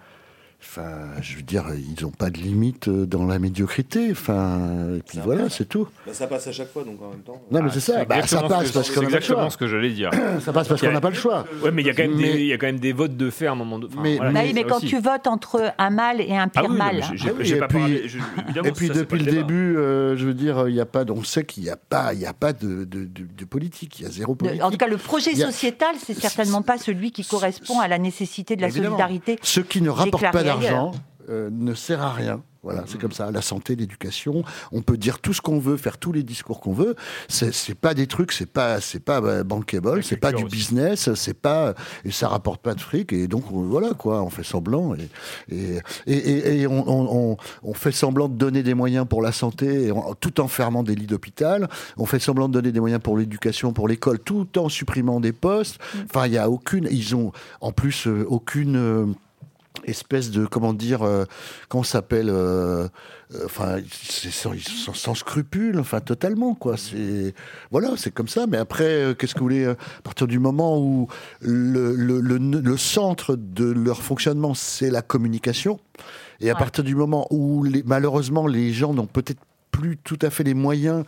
Speaker 3: enfin, je veux dire, ils n'ont pas de limite euh, dans la médiocrité. Enfin, et puis voilà, c'est tout.
Speaker 10: Bah, ça passe à chaque fois, donc en même temps. euh,
Speaker 3: Non, mais c'est ça. Bah, ça
Speaker 2: exactement
Speaker 3: passe
Speaker 2: ce que-
Speaker 3: parce
Speaker 2: Ah, c'est
Speaker 3: qu'on n'a pas le
Speaker 2: exactement
Speaker 3: choix.
Speaker 2: ce que j'allais dire.
Speaker 3: Ça passe parce
Speaker 2: Il y a-
Speaker 3: qu'on n'a pas le choix.
Speaker 2: Ouais, mais il y a quand même
Speaker 3: Mais-
Speaker 2: des- il y a quand même des votes de fait à un moment donné. Enfin,
Speaker 3: Mais-
Speaker 2: voilà,
Speaker 4: Bah oui,
Speaker 2: c'est
Speaker 4: mais
Speaker 2: ça
Speaker 4: quand
Speaker 2: aussi.
Speaker 4: tu votes entre un mal et un pire hein,
Speaker 2: Ah oui, non,
Speaker 4: mal.
Speaker 2: mais j'ai- j'ai-
Speaker 3: Ah oui,
Speaker 2: j'ai
Speaker 3: et
Speaker 2: pas
Speaker 3: puis-
Speaker 2: parlé. je- évidemment,
Speaker 3: Et puis
Speaker 2: ça, c'est pas
Speaker 3: depuis le
Speaker 2: débat.
Speaker 3: début, euh, je veux dire, il y a pas, on sait qu'il n'y a pas, il y a pas de, de- de- de politique, il y a zéro
Speaker 4: de-
Speaker 3: politique.
Speaker 4: en tout cas, le projet
Speaker 3: Il y a-
Speaker 4: sociétal, c'est certainement pas celui qui correspond à la nécessité de la
Speaker 3: Évidemment.
Speaker 4: solidarité.
Speaker 3: Ceux qui ne rapportent pas
Speaker 4: déclarée ailleurs.
Speaker 3: d'argent euh, ne sert à rien. Voilà, c'est comme ça. La santé, l'éducation, on peut dire tout ce qu'on veut, faire tous les discours qu'on veut. C'est c'est pas des trucs, c'est pas, c'est pas euh, bankable, c'est pas du business, c'est pas, et ça rapporte pas de fric. Et donc on- voilà quoi, on fait semblant et et, et, et- et on, on- on- on fait semblant de donner des moyens pour la santé, et on- tout en fermant des lits d'hôpital. On fait semblant de donner des moyens pour l'éducation, pour l'école, tout en supprimant des postes. Enfin, il y a aucune, ils ont en plus euh, aucune. euh, espèce de comment dire euh, comment ça s'appelle euh, euh, enfin c'est sans, ils sont sans scrupule enfin totalement quoi c'est voilà c'est comme ça mais après euh, qu'est-ce que vous voulez euh, à partir du moment où le, le, le, le centre de leur fonctionnement c'est la communication et à partir du moment où les, malheureusement les gens n'ont peut-être plus tout à fait les moyens,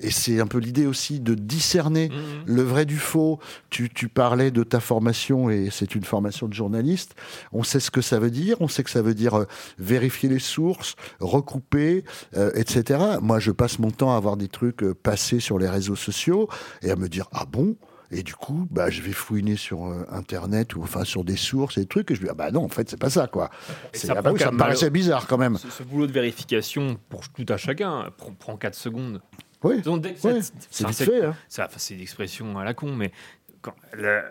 Speaker 3: et c'est un peu l'idée aussi de
Speaker 2: Mmh,
Speaker 3: discerner le vrai du faux. Tu, tu parlais de ta formation, et c'est une formation de journaliste. On sait ce que ça veut dire, on sait que ça veut dire euh, vérifier les sources, recouper, euh, etc. Moi, je passe mon temps à voir des trucs euh, passer sur les réseaux sociaux, et à me dire, ah bon et du coup, bah, je vais fouiner sur euh, Internet ou enfin sur des sources et des trucs, et je me dis, ah bah non, en fait, c'est pas ça, quoi.
Speaker 2: Et
Speaker 3: C'est- ah
Speaker 2: ça
Speaker 3: bah
Speaker 2: prend
Speaker 3: oui, ça
Speaker 2: quand
Speaker 3: me
Speaker 2: même
Speaker 3: paraissait
Speaker 2: mal-
Speaker 3: bizarre quand même.
Speaker 2: Ce, ce boulot de vérification pour tout à chacun pr- prend 4 secondes.
Speaker 3: Oui.
Speaker 2: Donc, dès que ça-
Speaker 3: C'est
Speaker 2: enfin,
Speaker 3: vite fait, hein.
Speaker 2: ça- enfin, c'est une expression à la con, mais quand le-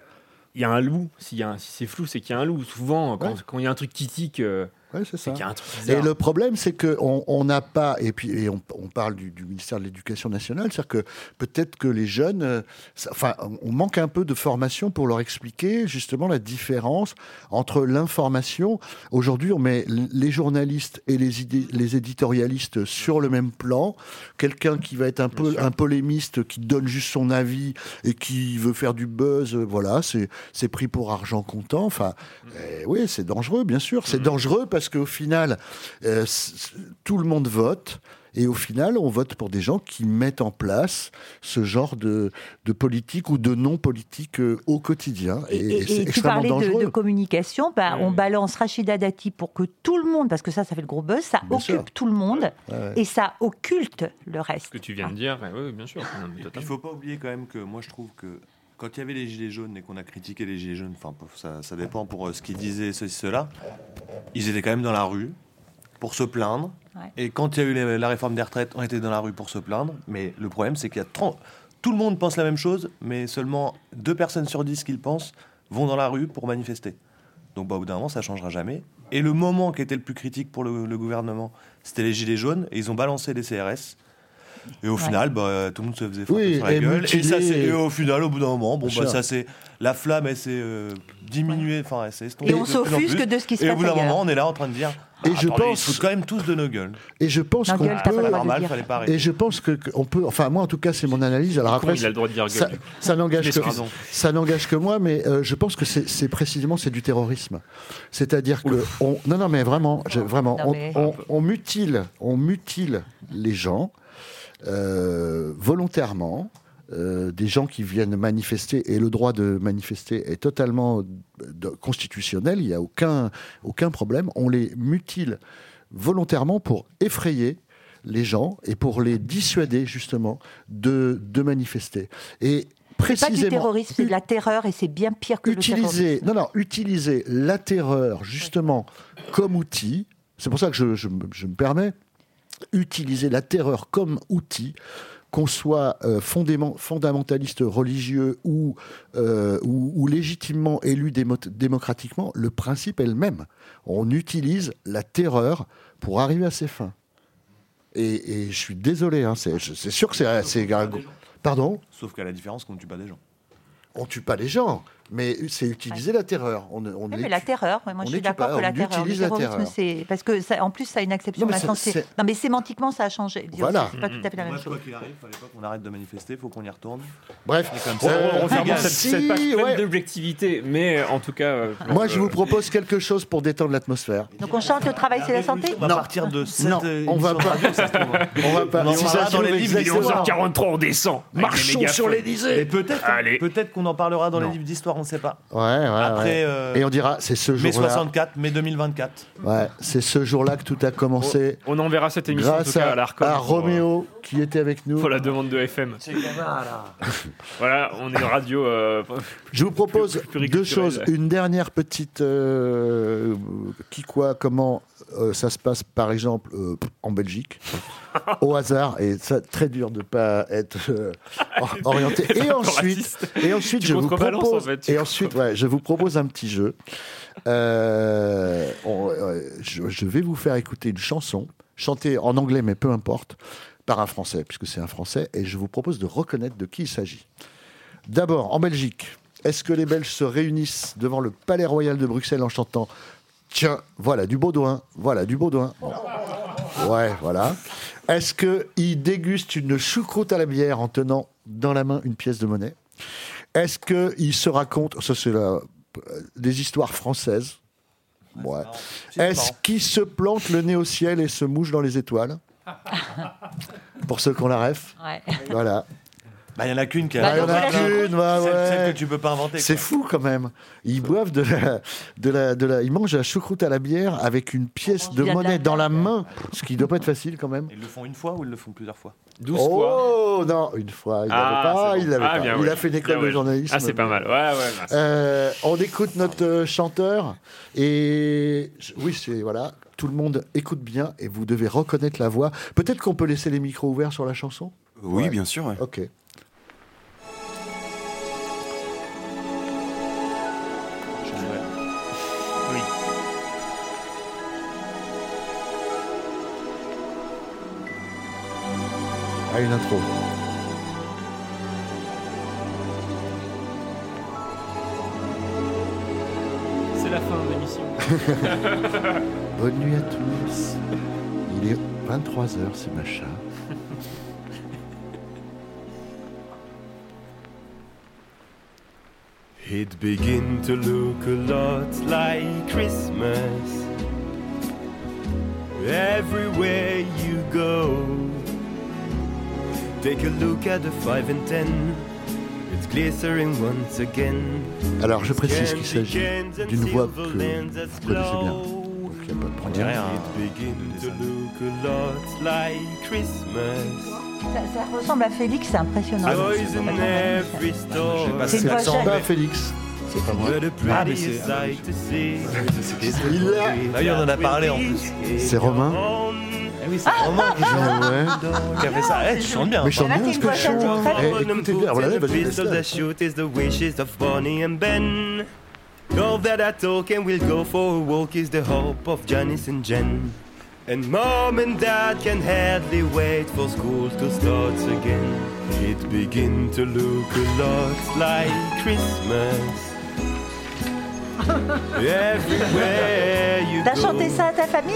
Speaker 2: il y a un loup. S'il y a un- si c'est flou, c'est qu'il y a un loup. Souvent, quand quand il y a un truc qui tique, euh,
Speaker 3: c'est
Speaker 2: qu'il y a un truc
Speaker 3: Et
Speaker 2: bizarre.
Speaker 3: le problème, c'est qu'on on n'a pas, et puis et on, on parle du, du ministère de l'Éducation nationale, c'est-à-dire que peut-être que les jeunes, euh, ça- enfin, on manque un peu de formation pour leur expliquer justement la différence entre l'information. Aujourd'hui, on met l- les journalistes et les, idé- les éditorialistes sur le même plan. Quelqu'un qui va être un, peu, un polémiste, qui donne juste son avis et qui veut faire du buzz, euh, voilà, c'est c'est pris pour argent comptant. Enfin, euh, oui, c'est
Speaker 10: Mhm.
Speaker 3: dangereux, bien sûr. C'est dangereux parce qu'au final, euh, c- c- tout le monde vote. Et au final, on vote pour des gens qui mettent en place ce genre de, de politique ou de non-politique euh, au quotidien. Et,
Speaker 4: Et,
Speaker 3: et c'est
Speaker 4: et tu
Speaker 3: extrêmement
Speaker 4: parlais
Speaker 3: dangereux.
Speaker 4: de, de communication, bah, on balance Rachida Dati pour que tout le monde, parce que ça, ça fait le gros buzz, ça
Speaker 3: Bien
Speaker 4: occupe
Speaker 3: sûr.
Speaker 4: tout le monde
Speaker 3: Ouais, ouais.
Speaker 4: et ça occulte le reste.
Speaker 2: que tu viens de dire, ouais, ouais, bien sûr. Non, mais
Speaker 10: Il
Speaker 2: totalement.
Speaker 10: faut pas oublier quand même que moi je trouve que quand il y avait les gilets jaunes et qu'on a critiqué les gilets jaunes, enfin pour- ça, ça dépend pour euh, ce qu'ils disaient, ceci, cela, ils étaient quand même dans la rue pour se plaindre.
Speaker 4: Ouais.
Speaker 10: Et quand il y a eu les- la réforme des retraites, on était dans la rue pour se plaindre. Mais le problème, c'est qu'il y a 30 tout le monde pense la même chose, mais seulement deux personnes sur dix qui le pensent vont dans la rue pour manifester. Donc bah, au bout d'un moment, ça changera jamais. Et le moment qui était le plus critique pour le, le gouvernement, c'était les gilets jaunes, et ils ont balancé les CRS. Et au
Speaker 3: Ouais.
Speaker 10: final, bah, tout le monde se faisait frapper
Speaker 3: Oui,
Speaker 10: sur la
Speaker 3: et
Speaker 10: gueule. Et,
Speaker 3: mutilé.
Speaker 10: ça, s'est- et au final, au bout d'un moment, bon,
Speaker 3: Bien sûr.
Speaker 10: bah, ça, c'est la flamme, elle s'est euh, diminuée, enfin, elle s'est estompée.
Speaker 4: Et on
Speaker 10: de plus en
Speaker 4: s'offusque
Speaker 10: plus.
Speaker 4: de ce qui se
Speaker 10: Et au
Speaker 4: passe
Speaker 10: bout d'un
Speaker 4: ailleurs.
Speaker 10: moment, on est là en train de dire.
Speaker 3: Et
Speaker 10: ah,
Speaker 3: je
Speaker 10: attendez,
Speaker 3: pense-
Speaker 10: Ils se foutent quand même tous de nos gueules.
Speaker 3: Et je pense
Speaker 10: Non,
Speaker 3: qu'on
Speaker 10: gueule, t'as pas le
Speaker 3: peut-
Speaker 10: droit de Normal, dire. fallait pas arrêter.
Speaker 3: Et je pense que que- on peut. Enfin, moi, en tout cas, c'est mon analyse. Alors
Speaker 2: Con,
Speaker 3: après,
Speaker 2: il a le droit de dire
Speaker 3: ça,
Speaker 2: gueule.
Speaker 3: ça n'engage que
Speaker 2: Pardon.
Speaker 3: ça n'engage que moi, mais euh, je pense que c'est c'est précisément c'est du terrorisme. C'est-à-dire que on, non, non, mais vraiment,
Speaker 4: Oh,
Speaker 3: je- vraiment,
Speaker 11: Non,
Speaker 3: on,
Speaker 11: mais-
Speaker 3: on- on mutile, on mutile les gens euh, volontairement. euh, des gens qui viennent manifester et le droit de manifester est totalement euh, de- constitutionnel, il n'y a aucun, aucun problème. On les mutile volontairement pour effrayer les gens et pour les dissuader justement de, de manifester.
Speaker 4: C'est pas
Speaker 3: Et
Speaker 4: du
Speaker 3: précisément,
Speaker 4: terrorisme, c'est de la terreur et c'est bien pire que le terrorisme.
Speaker 3: utiliser, non, non, utiliser la terreur justement comme outil, c'est pour ça que je, je me- je me permets, utiliser la terreur comme outil, qu'on soit euh, fondément- fondamentaliste religieux ou, euh, ou, ou légitimement élu démo- démocratiquement, le principe est le même. On utilise la terreur pour arriver à ses fins. Et, et je suis désolé, hein, c'est je- c'est sûr que c'est- c'est... Pardon
Speaker 10: Sauf qu'à la différence, qu'on ne tue pas des gens.
Speaker 3: on tue pas les gens, mais c'est utiliser la terreur. On, ne- on
Speaker 4: Oui,
Speaker 3: ne
Speaker 4: mais
Speaker 3: les
Speaker 4: la
Speaker 3: tue-
Speaker 4: terreur, ouais, moi
Speaker 3: on
Speaker 4: je
Speaker 3: les
Speaker 4: suis
Speaker 3: tue
Speaker 4: d'accord
Speaker 3: pas,
Speaker 4: que
Speaker 3: on
Speaker 4: la terreur, le
Speaker 3: utilise la
Speaker 4: terrorisme,
Speaker 3: terreur.
Speaker 4: c'est parce que ça, en plus ça a une acception
Speaker 3: Non, mais
Speaker 4: maintenant.
Speaker 3: c'est-
Speaker 4: c'est-
Speaker 3: c'est-
Speaker 4: Non mais sémantiquement ça a changé.
Speaker 3: Voilà.
Speaker 4: C'est pas tout à fait la
Speaker 10: Moi,
Speaker 4: même chose.
Speaker 10: Quoi qu'il arrive, fallait pas qu'on arrête de manifester, faut qu'on y retourne.
Speaker 3: Bref,
Speaker 10: Et comme
Speaker 2: On,
Speaker 10: ça,
Speaker 2: on, on ferme
Speaker 10: gagne.
Speaker 2: cette, cette page pleine d'objectivité, mais en tout cas. euh,
Speaker 3: Moi,
Speaker 2: euh,
Speaker 3: je vous propose quelque chose pour détendre l'atmosphère.
Speaker 4: Donc on chante le travail c'est la santé
Speaker 10: On va partir de cette
Speaker 3: Non,
Speaker 10: euh,
Speaker 3: on va
Speaker 10: émission
Speaker 3: pas.
Speaker 10: radio, ça se trouve.
Speaker 3: On va pas.
Speaker 10: en
Speaker 3: Si ça
Speaker 10: parlera
Speaker 3: se
Speaker 10: dans
Speaker 3: trouve
Speaker 10: les livres.
Speaker 3: exactement.
Speaker 2: 11h43, on descend. Marchons sur
Speaker 10: Mais
Speaker 2: l'Elysée.
Speaker 10: peut-être peut-être qu'on en parlera dans les livres d'histoire, on ne sait pas.
Speaker 3: Ouais, ouais,
Speaker 10: Après,
Speaker 3: Ah ouais.
Speaker 10: euh,
Speaker 3: Et on dira, c'est ce
Speaker 10: Mai
Speaker 3: jour-là.
Speaker 10: 64, mai 2024.
Speaker 3: Ouais, c'est ce jour-là que tout a commencé.
Speaker 2: On enverra cette émission en
Speaker 3: Grâce
Speaker 2: tout cas à,
Speaker 3: à,
Speaker 2: l'Arcom.
Speaker 3: à
Speaker 2: pour, euh,
Speaker 3: Roméo qui était avec nous.
Speaker 2: Pour la demande de FM. Voilà, on est radio. euh,
Speaker 3: Je vous propose
Speaker 2: Plus- plus-
Speaker 3: deux choses.
Speaker 2: pluriculturel.
Speaker 3: Une dernière petite euh, qui quoi comment euh, ça se passe par exemple euh, en Belgique au hasard et ça très dur de pas être euh, or- orienté. Et
Speaker 2: Encore
Speaker 3: ensuite
Speaker 2: raciste.
Speaker 3: et ensuite
Speaker 2: Tu
Speaker 3: je vous
Speaker 2: contrebalances,
Speaker 3: propose
Speaker 2: en fait, tu
Speaker 3: et ensuite ouais, je vous propose un petit jeu. Euh, on- euh, je, je vais vous faire écouter une chanson chantée en anglais mais peu importe par un français puisque c'est un français et je vous propose de reconnaître de qui il s'agit. D'abord, en Belgique, est-ce que les Belges se réunissent devant le Palais Royal de Bruxelles en chantant Tiens, voilà du Baudouin, voilà du Baudouin Bon. Ouais, voilà. Est-ce qu'ils dégustent une choucroute à la bière en tenant dans la main une pièce de monnaie Est-ce qu'ils se racontent, ça c'est la- des histoires françaises Ouais. Est-ce qu'ils se plantent le nez au ciel et se mouchent dans les étoiles Pour ceux qui ont la ref.
Speaker 4: Ouais.
Speaker 3: Voilà.
Speaker 10: Bah, il n'y en a qu'une qui a.
Speaker 3: Bah, il y en a qu'une, bah,
Speaker 10: Celle-
Speaker 3: ouais.
Speaker 10: Celle que tu peux pas inventer.
Speaker 3: C'est
Speaker 10: quoi.
Speaker 3: fou quand même. Ils boivent de la, de la, de la, ils mangent la choucroute à la bière avec une pièce de
Speaker 10: bien de
Speaker 3: monnaie
Speaker 10: la
Speaker 3: dans la main, ce qui doit pas être facile quand même.
Speaker 10: Ils le font une fois ou ils le font plusieurs fois
Speaker 2: 12 fois.
Speaker 3: Oh non, une fois, il l'avait pas,
Speaker 2: c'est
Speaker 3: il
Speaker 2: bon.
Speaker 3: l'avait
Speaker 2: Ah,
Speaker 3: pas.
Speaker 2: bien,
Speaker 3: Il
Speaker 2: ouais.
Speaker 3: a fait une
Speaker 2: Bien,
Speaker 3: école de
Speaker 2: ouais.
Speaker 3: journalisme.
Speaker 2: Ah, c'est pas mal. Ouais, ouais. bah,
Speaker 3: Euh, on écoute notre euh, chanteur et je- oui, c'est voilà, tout le monde écoute bien et vous devez reconnaître la voix. Peut-être qu'on peut laisser les micros ouverts sur la chanson.
Speaker 5: Oui, bien sûr. ouais.
Speaker 3: Ok. Ah, une intro.
Speaker 2: C'est la fin de l'émission.
Speaker 3: Bonne nuit à tous. Il est 23h, c'est Macha.
Speaker 15: It begin to look a lot like Christmas everywhere you go. Take a look at the 5 and 10. It's glittering once again.
Speaker 3: Alors, je précise qu'il s'agit d'une voix que vous connaissez bien.
Speaker 15: Donc,
Speaker 3: il n'y a pas de
Speaker 10: On
Speaker 3: problème.
Speaker 10: dirait un.
Speaker 15: It begins to look a lot like Christmas.
Speaker 4: Ça, ça ressemble à Félix, c'est impressionnant.
Speaker 15: Toys in every
Speaker 4: C'est
Speaker 15: store.
Speaker 4: une voix
Speaker 3: C'est pas
Speaker 4: jeune.
Speaker 3: Félix.
Speaker 4: C'est pas
Speaker 15: What a
Speaker 3: Ah, mais
Speaker 15: pretty
Speaker 3: c'est-
Speaker 15: sight to see.
Speaker 3: Il l'a.
Speaker 10: Ah oui, on en a parlé en plus.
Speaker 3: C'est Romain.
Speaker 15: Eh
Speaker 10: Ah oui, c'est Romain qui
Speaker 3: Ah ouais.
Speaker 10: chante. Qui a fait ça. Eh, tu chantes bien.
Speaker 3: Mais je chante bien, ce que je chante. Eh, Écoutez bien, voilà,
Speaker 15: The
Speaker 3: vas-y, laisse-la.
Speaker 15: pistols that shoot is the wishes of Bonnie and Ben. All that I talk and we'll go for a walk is the hope of Janice and Jen. And mom and dad can hardly wait for school to start again. It begin to look a lot like Christmas. Everywhere you
Speaker 4: T'as
Speaker 15: go.
Speaker 4: chanté ça à ta famille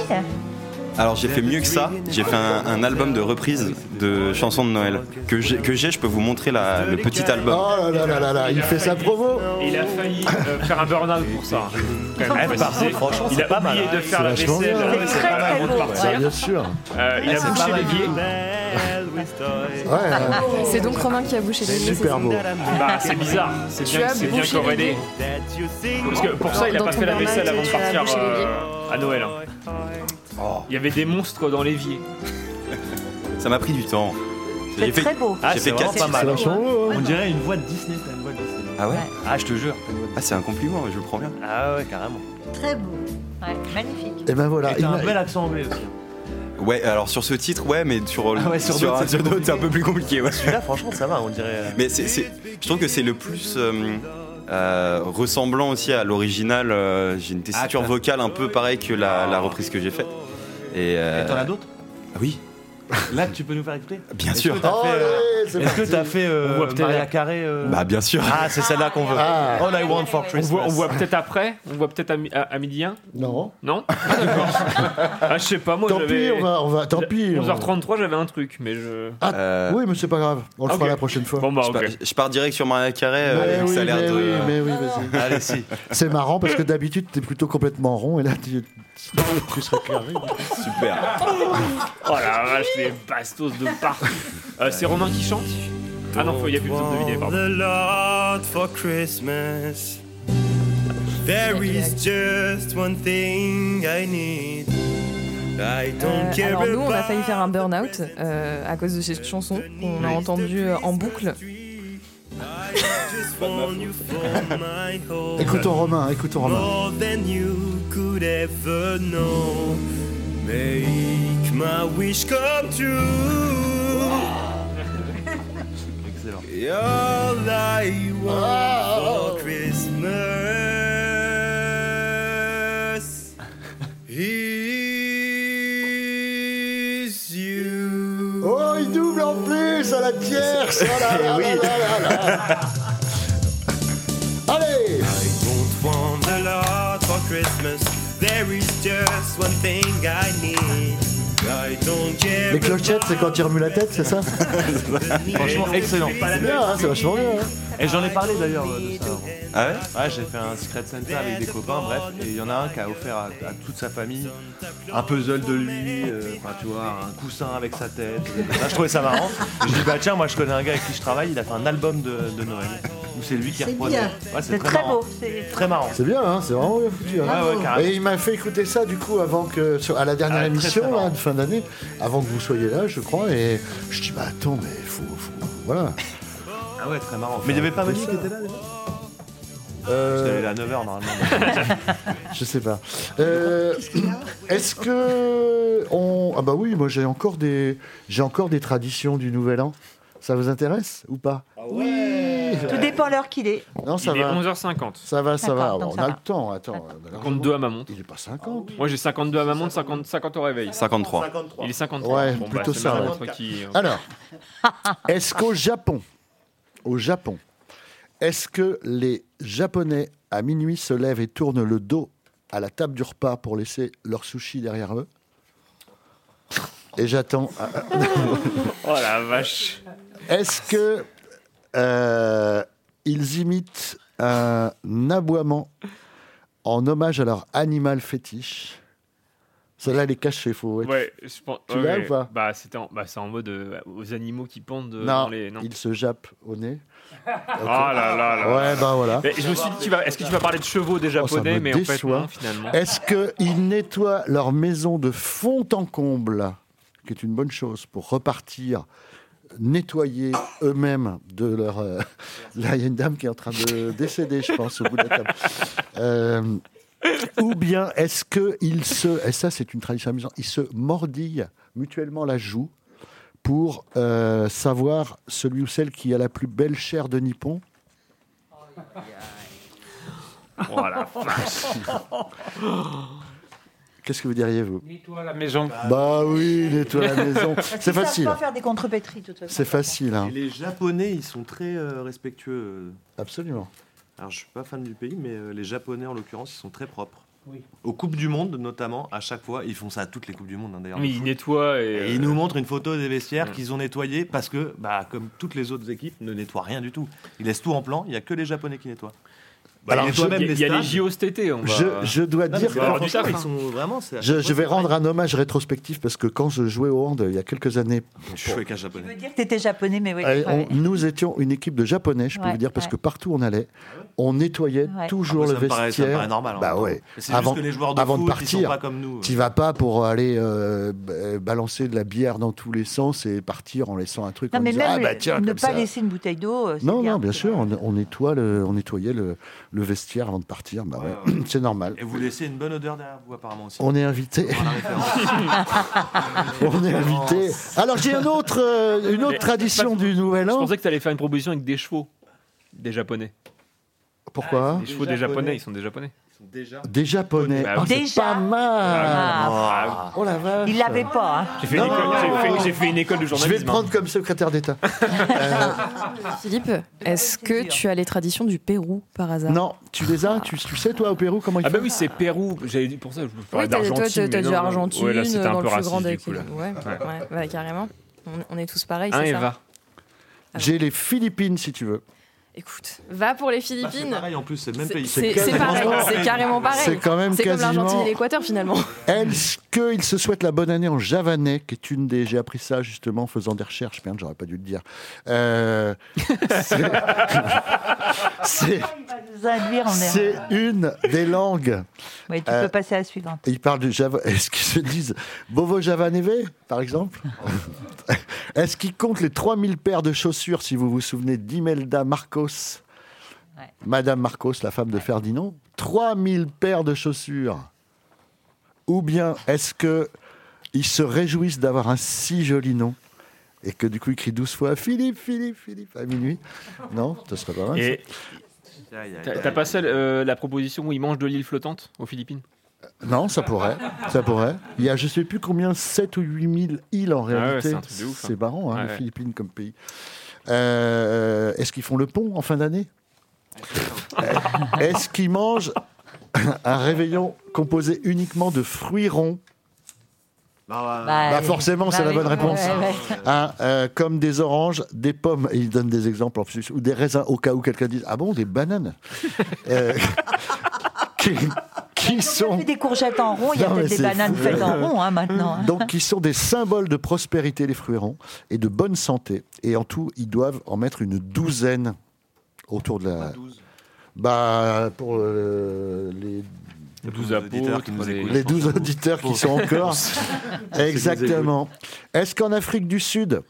Speaker 5: Alors j'ai fait mieux que ça, j'ai fait un, un album de reprises de chansons de Noël que j'ai, que j'ai, je peux vous montrer la- le petit album.
Speaker 3: Oh là là
Speaker 10: Ah
Speaker 3: là là là, il fait sa promo.
Speaker 2: Il a failli euh, faire un burn-out pour ça. hein. Quand même,
Speaker 10: Eh,
Speaker 2: préciser.
Speaker 10: par contre, franchement,
Speaker 2: il
Speaker 10: c'est
Speaker 2: a
Speaker 10: pas mal,
Speaker 2: oublié
Speaker 10: hein.
Speaker 2: de faire la
Speaker 10: C'est vachement
Speaker 2: vaisselle euh,
Speaker 10: bien.
Speaker 2: avant de
Speaker 10: C'est très, très beau.
Speaker 3: Bah,
Speaker 2: partir.
Speaker 3: bien sûr.
Speaker 2: Euh, il
Speaker 10: Ah,
Speaker 2: a
Speaker 10: c'est
Speaker 2: bouché
Speaker 10: pas
Speaker 2: les
Speaker 10: mal.
Speaker 2: billets.
Speaker 12: C'est donc Romain qui a bouché les yeux.
Speaker 3: Super beau.
Speaker 2: Bah, c'est bizarre, c'est
Speaker 12: Tu
Speaker 2: bien,
Speaker 12: as
Speaker 2: c'est bien
Speaker 12: bouché les
Speaker 2: corrélé. Parce que pour ça, il a
Speaker 12: Dans
Speaker 2: pas
Speaker 12: ton
Speaker 2: fait la
Speaker 12: burn-out,
Speaker 2: vaisselle avant de
Speaker 12: tu as
Speaker 2: partir
Speaker 12: bouché les
Speaker 2: euh,
Speaker 12: billets.
Speaker 2: à Noël. hein.
Speaker 10: Oh.
Speaker 2: Il y avait des monstres dans l'évier.
Speaker 5: Ça m'a pris du temps.
Speaker 4: C'est
Speaker 5: J'ai fait-
Speaker 4: très beau.
Speaker 5: Ah,
Speaker 10: Ah,
Speaker 5: j'ai
Speaker 10: c'est
Speaker 5: fait
Speaker 10: vraiment
Speaker 5: quatre
Speaker 10: pas mal.
Speaker 5: titres.
Speaker 10: On dirait une voix de Disney. t'as une voix de Disney.
Speaker 5: hein. Ah ouais
Speaker 10: Ah, je te jure.
Speaker 5: Ah c'est un compliment, je le prends bien.
Speaker 10: Ah ouais, carrément.
Speaker 9: Très beau.
Speaker 4: Ouais, magnifique.
Speaker 3: Et ben voilà.
Speaker 10: Et t'as
Speaker 3: il
Speaker 10: un
Speaker 3: m'a-
Speaker 10: bel accent anglais aussi.
Speaker 5: Ouais, alors sur ce titre, ouais, mais sur,
Speaker 10: Ah ouais, sur d'autres, c'est plus
Speaker 5: c'est un peu plus compliqué. ouais.
Speaker 10: Celui-là, franchement, ça va, on dirait. euh,
Speaker 5: Mais c'est, c'est- je trouve que c'est le plus euh, euh, ressemblant aussi à l'original. euh, j'ai une tessiture
Speaker 10: Ah, t'as-
Speaker 5: vocale un peu pareille que la, la reprise que j'ai faite. Et, euh,
Speaker 10: Et T'en as d'autres
Speaker 5: ah Oui,
Speaker 10: Là, tu peux nous faire écouter
Speaker 5: bien
Speaker 10: Est-ce
Speaker 5: sûr.
Speaker 10: que t'as fait, euh,
Speaker 3: Oh, Allez, c'est
Speaker 10: Est-ce que
Speaker 3: parti.
Speaker 10: t'as fait
Speaker 2: On
Speaker 10: euh,
Speaker 2: voit peut-être la-
Speaker 10: Maria Carré euh,
Speaker 5: Bah bien sûr.
Speaker 10: Ah, c'est celle-là qu'on veut.
Speaker 3: Ah.
Speaker 10: All I want for
Speaker 2: On
Speaker 10: Christmas.
Speaker 2: voit, on voit peut-être après, on voit peut-être à, mi- à- à midi un.
Speaker 3: Non.
Speaker 2: Non Ah, d'accord. Ah, je sais pas, moi
Speaker 3: Tant pis,
Speaker 2: j'avais.
Speaker 3: on va, on va. Tant pis. on-
Speaker 2: 11h33, j'avais un truc, mais je.
Speaker 5: Euh,
Speaker 3: Ah, Oui, mais c'est pas grave. On le
Speaker 2: Ok.
Speaker 3: fera la prochaine fois.
Speaker 2: Bon, bah,
Speaker 5: je,
Speaker 2: ok.
Speaker 5: pars, je pars direct sur Maria Carré.
Speaker 3: Mais
Speaker 5: euh,
Speaker 3: oui,
Speaker 5: ça a l'air
Speaker 3: mais
Speaker 5: de. Ah,
Speaker 3: oui, mais oui, vas-y.
Speaker 10: Allez, si.
Speaker 3: C'est marrant parce que d'habitude t'es plutôt complètement rond et là tu, tu serais carré.
Speaker 5: Super.
Speaker 2: Oh la vache, les bastos de partout. Euh, c'est Romain qui chante Ah non, il n'y a plus besoin de deviner,
Speaker 15: Want
Speaker 2: pardon.
Speaker 15: a lot for Christmas. There is just one thing I need. I don't
Speaker 12: Euh,
Speaker 15: care
Speaker 12: alors nous, on a
Speaker 15: about
Speaker 12: failli faire un burn-out euh, à cause de cette chanson qu'on a entendue euh, en boucle.
Speaker 15: just want you for my home.
Speaker 3: Écoutons Romain, écoutons Romain.
Speaker 15: More than you could ever know. Make my wish come true.
Speaker 10: Excellent.
Speaker 15: All I
Speaker 3: Ah, oh.
Speaker 15: want for Christmas is you.
Speaker 3: Oh, il double en plus à la tierce. Oh là là là là là là. Allez,
Speaker 15: I don't want a lot for Christmas. There is just one thing I need. I don't care.
Speaker 3: les clochettes, c'est quand tu remues la tête, c'est ça
Speaker 10: Ah, Franchement, excellent.
Speaker 3: C'est bien, hein, c'est vachement bien. hein.
Speaker 10: Et j'en ai parlé d'ailleurs euh, de ça. avant.
Speaker 5: Ah ouais
Speaker 10: Ouais, j'ai fait un Secret Santa avec des copains, bref. Et il y en a un qui a offert à, à toute sa famille un puzzle de lui, euh, enfin tu vois, un coussin avec sa tête. Là, je trouvais ça marrant. Et Je dis, bah tiens, moi je connais un gars avec qui je travaille, il a fait un album de, de Noël où c'est lui qui
Speaker 9: C'est
Speaker 10: reproduit.
Speaker 9: bien.
Speaker 10: Ouais,
Speaker 4: C'est très
Speaker 10: marrant.
Speaker 4: beau. c'est-
Speaker 10: Très marrant. Ah
Speaker 3: C'est bien, hein, c'est vraiment bien foutu. hein.
Speaker 10: Ouais, ouais, carrément.
Speaker 3: Et il m'a fait écouter ça du coup avant que sur- à la dernière
Speaker 10: Ah, très,
Speaker 3: émission là,
Speaker 10: très marrant.
Speaker 3: de fin d'année, avant que vous soyez là, je crois. Et je dis bah attends, mais faut, faut- voilà.
Speaker 10: Ah ouais, très marrant. Mais il n'y avait pas Manu qui était là déjà
Speaker 3: Euh,
Speaker 10: C'était à 9h normalement.
Speaker 3: Je sais pas. Euh, Est-ce que on ah bah oui, moi j'ai encore des j'ai encore des traditions du Nouvel An. Ça vous intéresse ou pas
Speaker 2: Ah
Speaker 10: Ah
Speaker 4: Tout dépend l'heure qu'il est.
Speaker 3: Non, ça
Speaker 2: il
Speaker 3: va.
Speaker 2: est 11h50.
Speaker 3: Ça va, ça va.
Speaker 4: D'accord, donc
Speaker 3: on
Speaker 4: ça
Speaker 3: a
Speaker 4: va.
Speaker 3: le temps. Attends. on a
Speaker 2: compte deux à ma montre.
Speaker 3: Il est pas 50.
Speaker 2: Moi j'ai 52 à ma montre, 50, 50 au réveil.
Speaker 5: 53.
Speaker 2: Il est 53.
Speaker 3: Ouais, plutôt
Speaker 2: bah, c'est
Speaker 3: ça,
Speaker 2: ma
Speaker 3: ouais.
Speaker 2: montre qui- euh. hein.
Speaker 3: Alors, est-ce qu'au Japon, au Japon, est-ce que les Japonais à minuit se lèvent et tournent le dos à la table du repas pour laisser leur sushi derrière eux Et j'attends. ah,
Speaker 2: Oh la vache.
Speaker 3: Est-ce que euh, ils imitent un aboiement en hommage à leur animal fétiche Celle-là, elle est cachée, faut. être-
Speaker 2: Ouais, je pense-
Speaker 3: Tu
Speaker 2: ouais,
Speaker 3: l'as
Speaker 2: ouais.
Speaker 3: ou pas
Speaker 2: Bah, c'était en- bah, c'est en mode euh, aux animaux qui pendent euh,
Speaker 3: non,
Speaker 2: dans les. Non.
Speaker 3: il se jappe au nez.
Speaker 2: Ah là là là.
Speaker 3: Ouais, bah voilà.
Speaker 2: Mais je me suis dit, tu vas- est-ce que tu vas parler de chevaux des
Speaker 3: Oh, ça
Speaker 2: japonais
Speaker 3: me
Speaker 2: Mais en fait,
Speaker 3: déçoit.
Speaker 2: non, finalement.
Speaker 3: Est-ce qu'ils nettoient leur maison de fond en comble, qui est une bonne chose pour repartir nettoyer eux-mêmes de leur... euh, Là, il y a une dame qui est en train de décéder, je pense, au bout de la table. Euh, ou bien est-ce qu'ils se... Et ça, c'est une tradition amusante. Ils se mordillent mutuellement la joue pour euh, savoir celui ou celle qui a la plus belle chair de Nippon.
Speaker 2: Oh la
Speaker 3: Qu'est-ce que vous diriez, vous
Speaker 7: Nettoie la maison.
Speaker 3: Bah oui, nettoie la maison. C'est facile.
Speaker 4: Ils Ah, savent pas faire des contrepétries, de toute façon.
Speaker 3: C'est facile. hein.
Speaker 10: Et les Japonais, ils sont très euh, respectueux.
Speaker 3: Absolument.
Speaker 10: Alors, je suis pas fan du pays, mais euh, les Japonais, en l'occurrence, ils sont très propres. Aux Coupes du Monde, notamment, à chaque fois, ils font ça à toutes les Coupes du Monde, hein, d'ailleurs.
Speaker 2: Mais ils nettoient et. euh,
Speaker 10: Et ils nous montrent une photo des vestiaires
Speaker 2: Ouais.
Speaker 10: qu'ils ont nettoyés parce que, bah, comme toutes les autres équipes, ne nettoient rien du tout. Ils laissent tout en plan, il n'y a que les Japonais qui nettoient. Bah,
Speaker 3: Alors,
Speaker 10: ils nettoient
Speaker 3: je-
Speaker 10: même
Speaker 3: il y a-
Speaker 10: les
Speaker 2: Il y a les
Speaker 10: stages.
Speaker 2: JO cet été. On va...
Speaker 3: Je- je dois
Speaker 10: Non, mais
Speaker 3: dire
Speaker 10: c'est
Speaker 3: que-
Speaker 10: leur
Speaker 3: Alors, du
Speaker 10: franchement,
Speaker 3: taf,
Speaker 10: ils sont vraiment. c'est à
Speaker 3: Je,
Speaker 10: chaque
Speaker 3: je
Speaker 10: fois,
Speaker 3: vais
Speaker 10: c'est
Speaker 3: rendre un hommage rétrospectif parce que quand je jouais au hand il y a quelques années,
Speaker 10: Je suis avec un japonais.
Speaker 4: Je veux dire que t'étais japonais, mais oui.
Speaker 3: euh, on-
Speaker 4: ouais.
Speaker 3: nous étions une équipe de japonais, je peux
Speaker 4: Ouais,
Speaker 3: vous dire, parce
Speaker 4: ouais.
Speaker 3: que partout où on allait, on nettoyait
Speaker 4: Ouais.
Speaker 3: toujours
Speaker 10: Après,
Speaker 3: le
Speaker 10: Ah, ça me paraît- ça me
Speaker 3: vestiaire.
Speaker 10: paraît normal, hein. en
Speaker 3: bah
Speaker 10: même temps.
Speaker 3: ouais.
Speaker 10: C'est juste que les joueurs de
Speaker 3: avant de
Speaker 10: foot, ils sont
Speaker 3: partir,
Speaker 10: pas comme nous.
Speaker 3: t'y vas pas pour aller euh, b- euh, balancer de la bière dans tous les sens et partir en laissant un truc.
Speaker 4: Non,
Speaker 3: en
Speaker 4: mais
Speaker 3: disant,
Speaker 4: même
Speaker 3: ah bah tiens,
Speaker 4: ne
Speaker 3: comme
Speaker 4: pas
Speaker 3: ça.
Speaker 4: laisser une bouteille d'eau. euh, c'est
Speaker 3: Non,
Speaker 4: bien.
Speaker 3: non, bien sûr, on, on nettoie le, on nettoyait le, le vestiaire avant de partir. Bah ouais, c'est normal.
Speaker 10: Et vous laissez une bonne odeur derrière vous, apparemment aussi.
Speaker 3: On est invité.
Speaker 10: On la référence.
Speaker 3: On est invité. Alors j'ai un autre, euh, une autre
Speaker 2: Mais-
Speaker 3: tradition du Nouvel
Speaker 2: Je
Speaker 3: An.
Speaker 2: pensais que tu allais faire une proposition avec des chevaux. Des japonais.
Speaker 3: Pourquoi
Speaker 2: Les chevaux des japonais, ils sont des japonais.
Speaker 10: Déjà.
Speaker 3: Des japonais.
Speaker 2: Bah
Speaker 3: Oh,
Speaker 2: oui.
Speaker 3: c'est
Speaker 2: Déjà
Speaker 3: pas mal.
Speaker 2: Ah.
Speaker 3: Oh la vache.
Speaker 4: Il l'avait pas. hein.
Speaker 2: J'ai fait, une
Speaker 3: Non,
Speaker 2: école-
Speaker 3: non,
Speaker 2: j'ai
Speaker 3: non.
Speaker 2: fait- Bah j'ai fait une école de
Speaker 3: Je vais le
Speaker 2: journalisme. hein.
Speaker 3: prendre comme secrétaire d'État.
Speaker 12: Ah. Philippe, est-ce que tu as les traditions du Pérou par hasard
Speaker 3: Non, tu les as, tu, tu sais toi au Pérou comment ils
Speaker 2: Ah bah
Speaker 3: font
Speaker 2: oui, c'est Pérou. J'avais dit pour ça. Je vous
Speaker 12: Oui,
Speaker 2: parlais
Speaker 12: t'as-
Speaker 2: d'Argentine.
Speaker 12: toi, t'as-
Speaker 2: mais
Speaker 12: t'as
Speaker 2: non,
Speaker 12: du
Speaker 2: non.
Speaker 12: Argentine
Speaker 2: Ouais, là, c'était
Speaker 12: dans
Speaker 2: un peu
Speaker 12: le plus
Speaker 2: raciste,
Speaker 12: grand
Speaker 2: du
Speaker 12: avec
Speaker 2: coup,
Speaker 12: les-
Speaker 2: là.
Speaker 12: Ouais, ouais, ouais, carrément. On, on est tous pareils,
Speaker 2: Hein,
Speaker 12: c'est ça. Ah
Speaker 2: Eva
Speaker 3: J'ai les Philippines si tu veux.
Speaker 12: Écoute, va pour les
Speaker 10: Bah, c'est
Speaker 12: Philippines.
Speaker 10: pareil en plus, c'est le même
Speaker 12: C'est
Speaker 10: pays.
Speaker 12: c'est- c'est pareil, c'est carrément pareil.
Speaker 3: C'est quand même
Speaker 12: comme l'Argentine
Speaker 3: quasiment-
Speaker 12: et l'Équateur finalement.
Speaker 3: Est-ce qu'ils se souhaitent la bonne année en javanais, qui est une des... J'ai appris ça justement en faisant des recherches, merde, j'aurais pas dû le dire. Euh, c'est- c'est-
Speaker 4: Vous induire en erreur.
Speaker 3: c'est une des langues
Speaker 4: Oui, tu
Speaker 3: Euh,
Speaker 4: peux passer à la suivante.
Speaker 3: Et Ils parlent du Java. Est-ce qu'ils se disent Bovo Java Neve, par exemple Est-ce qu'ils comptent les 3000 paires de chaussures, si vous vous souvenez d'Imelda Marcos
Speaker 4: Ouais.
Speaker 3: Madame Marcos, la femme de Ferdinand 3000 paires de chaussures Ou bien est-ce que ils se réjouissent d'avoir un si joli nom et que du coup ils crient 12 fois Philippe, Philippe, Philippe à minuit Non, ce serait pas mal. ça.
Speaker 2: Et t'as t'as passé euh, la proposition où ils mangent de l'île flottante aux Philippines
Speaker 3: Non, ça pourrait. Ça pourrait. Il y a je sais plus combien, 7 ou 8 000 îles en
Speaker 2: Ah ouais,
Speaker 3: réalité.
Speaker 2: c'est un truc de ouf, hein.
Speaker 3: C'est marrant, hein,
Speaker 2: Ouais,
Speaker 3: les
Speaker 2: ouais.
Speaker 3: Philippines comme pays. Euh, Est-ce qu'ils font le pont en fin d'année Est-ce qu'ils mangent un réveillon composé uniquement de fruits ronds bah forcément, c'est la bonne réponse. Hein, euh, comme des oranges, des pommes, et il donne des exemples en plus, ou des raisins, au cas où quelqu'un dise Ah bon, des bananes Euh, qui, qui
Speaker 4: On
Speaker 3: sont.
Speaker 4: fait des courgettes en rond, il y a
Speaker 3: Non, mais
Speaker 4: peut-être des
Speaker 3: c'est
Speaker 4: bananes
Speaker 3: fou.
Speaker 4: faites en rond hein, maintenant. hein.
Speaker 3: Donc, ils sont des symboles de prospérité, les fruits ronds, et de bonne santé. Et en tout, ils doivent en mettre une douzaine autour de
Speaker 10: Ah,
Speaker 3: la. Bah, pour euh, les,
Speaker 2: Les 12 apôtres,
Speaker 10: qui nous
Speaker 2: les-
Speaker 10: écoutent.
Speaker 3: les 12 auditeurs qui sont encore. Exactement. Est-ce qu'en Afrique du Sud.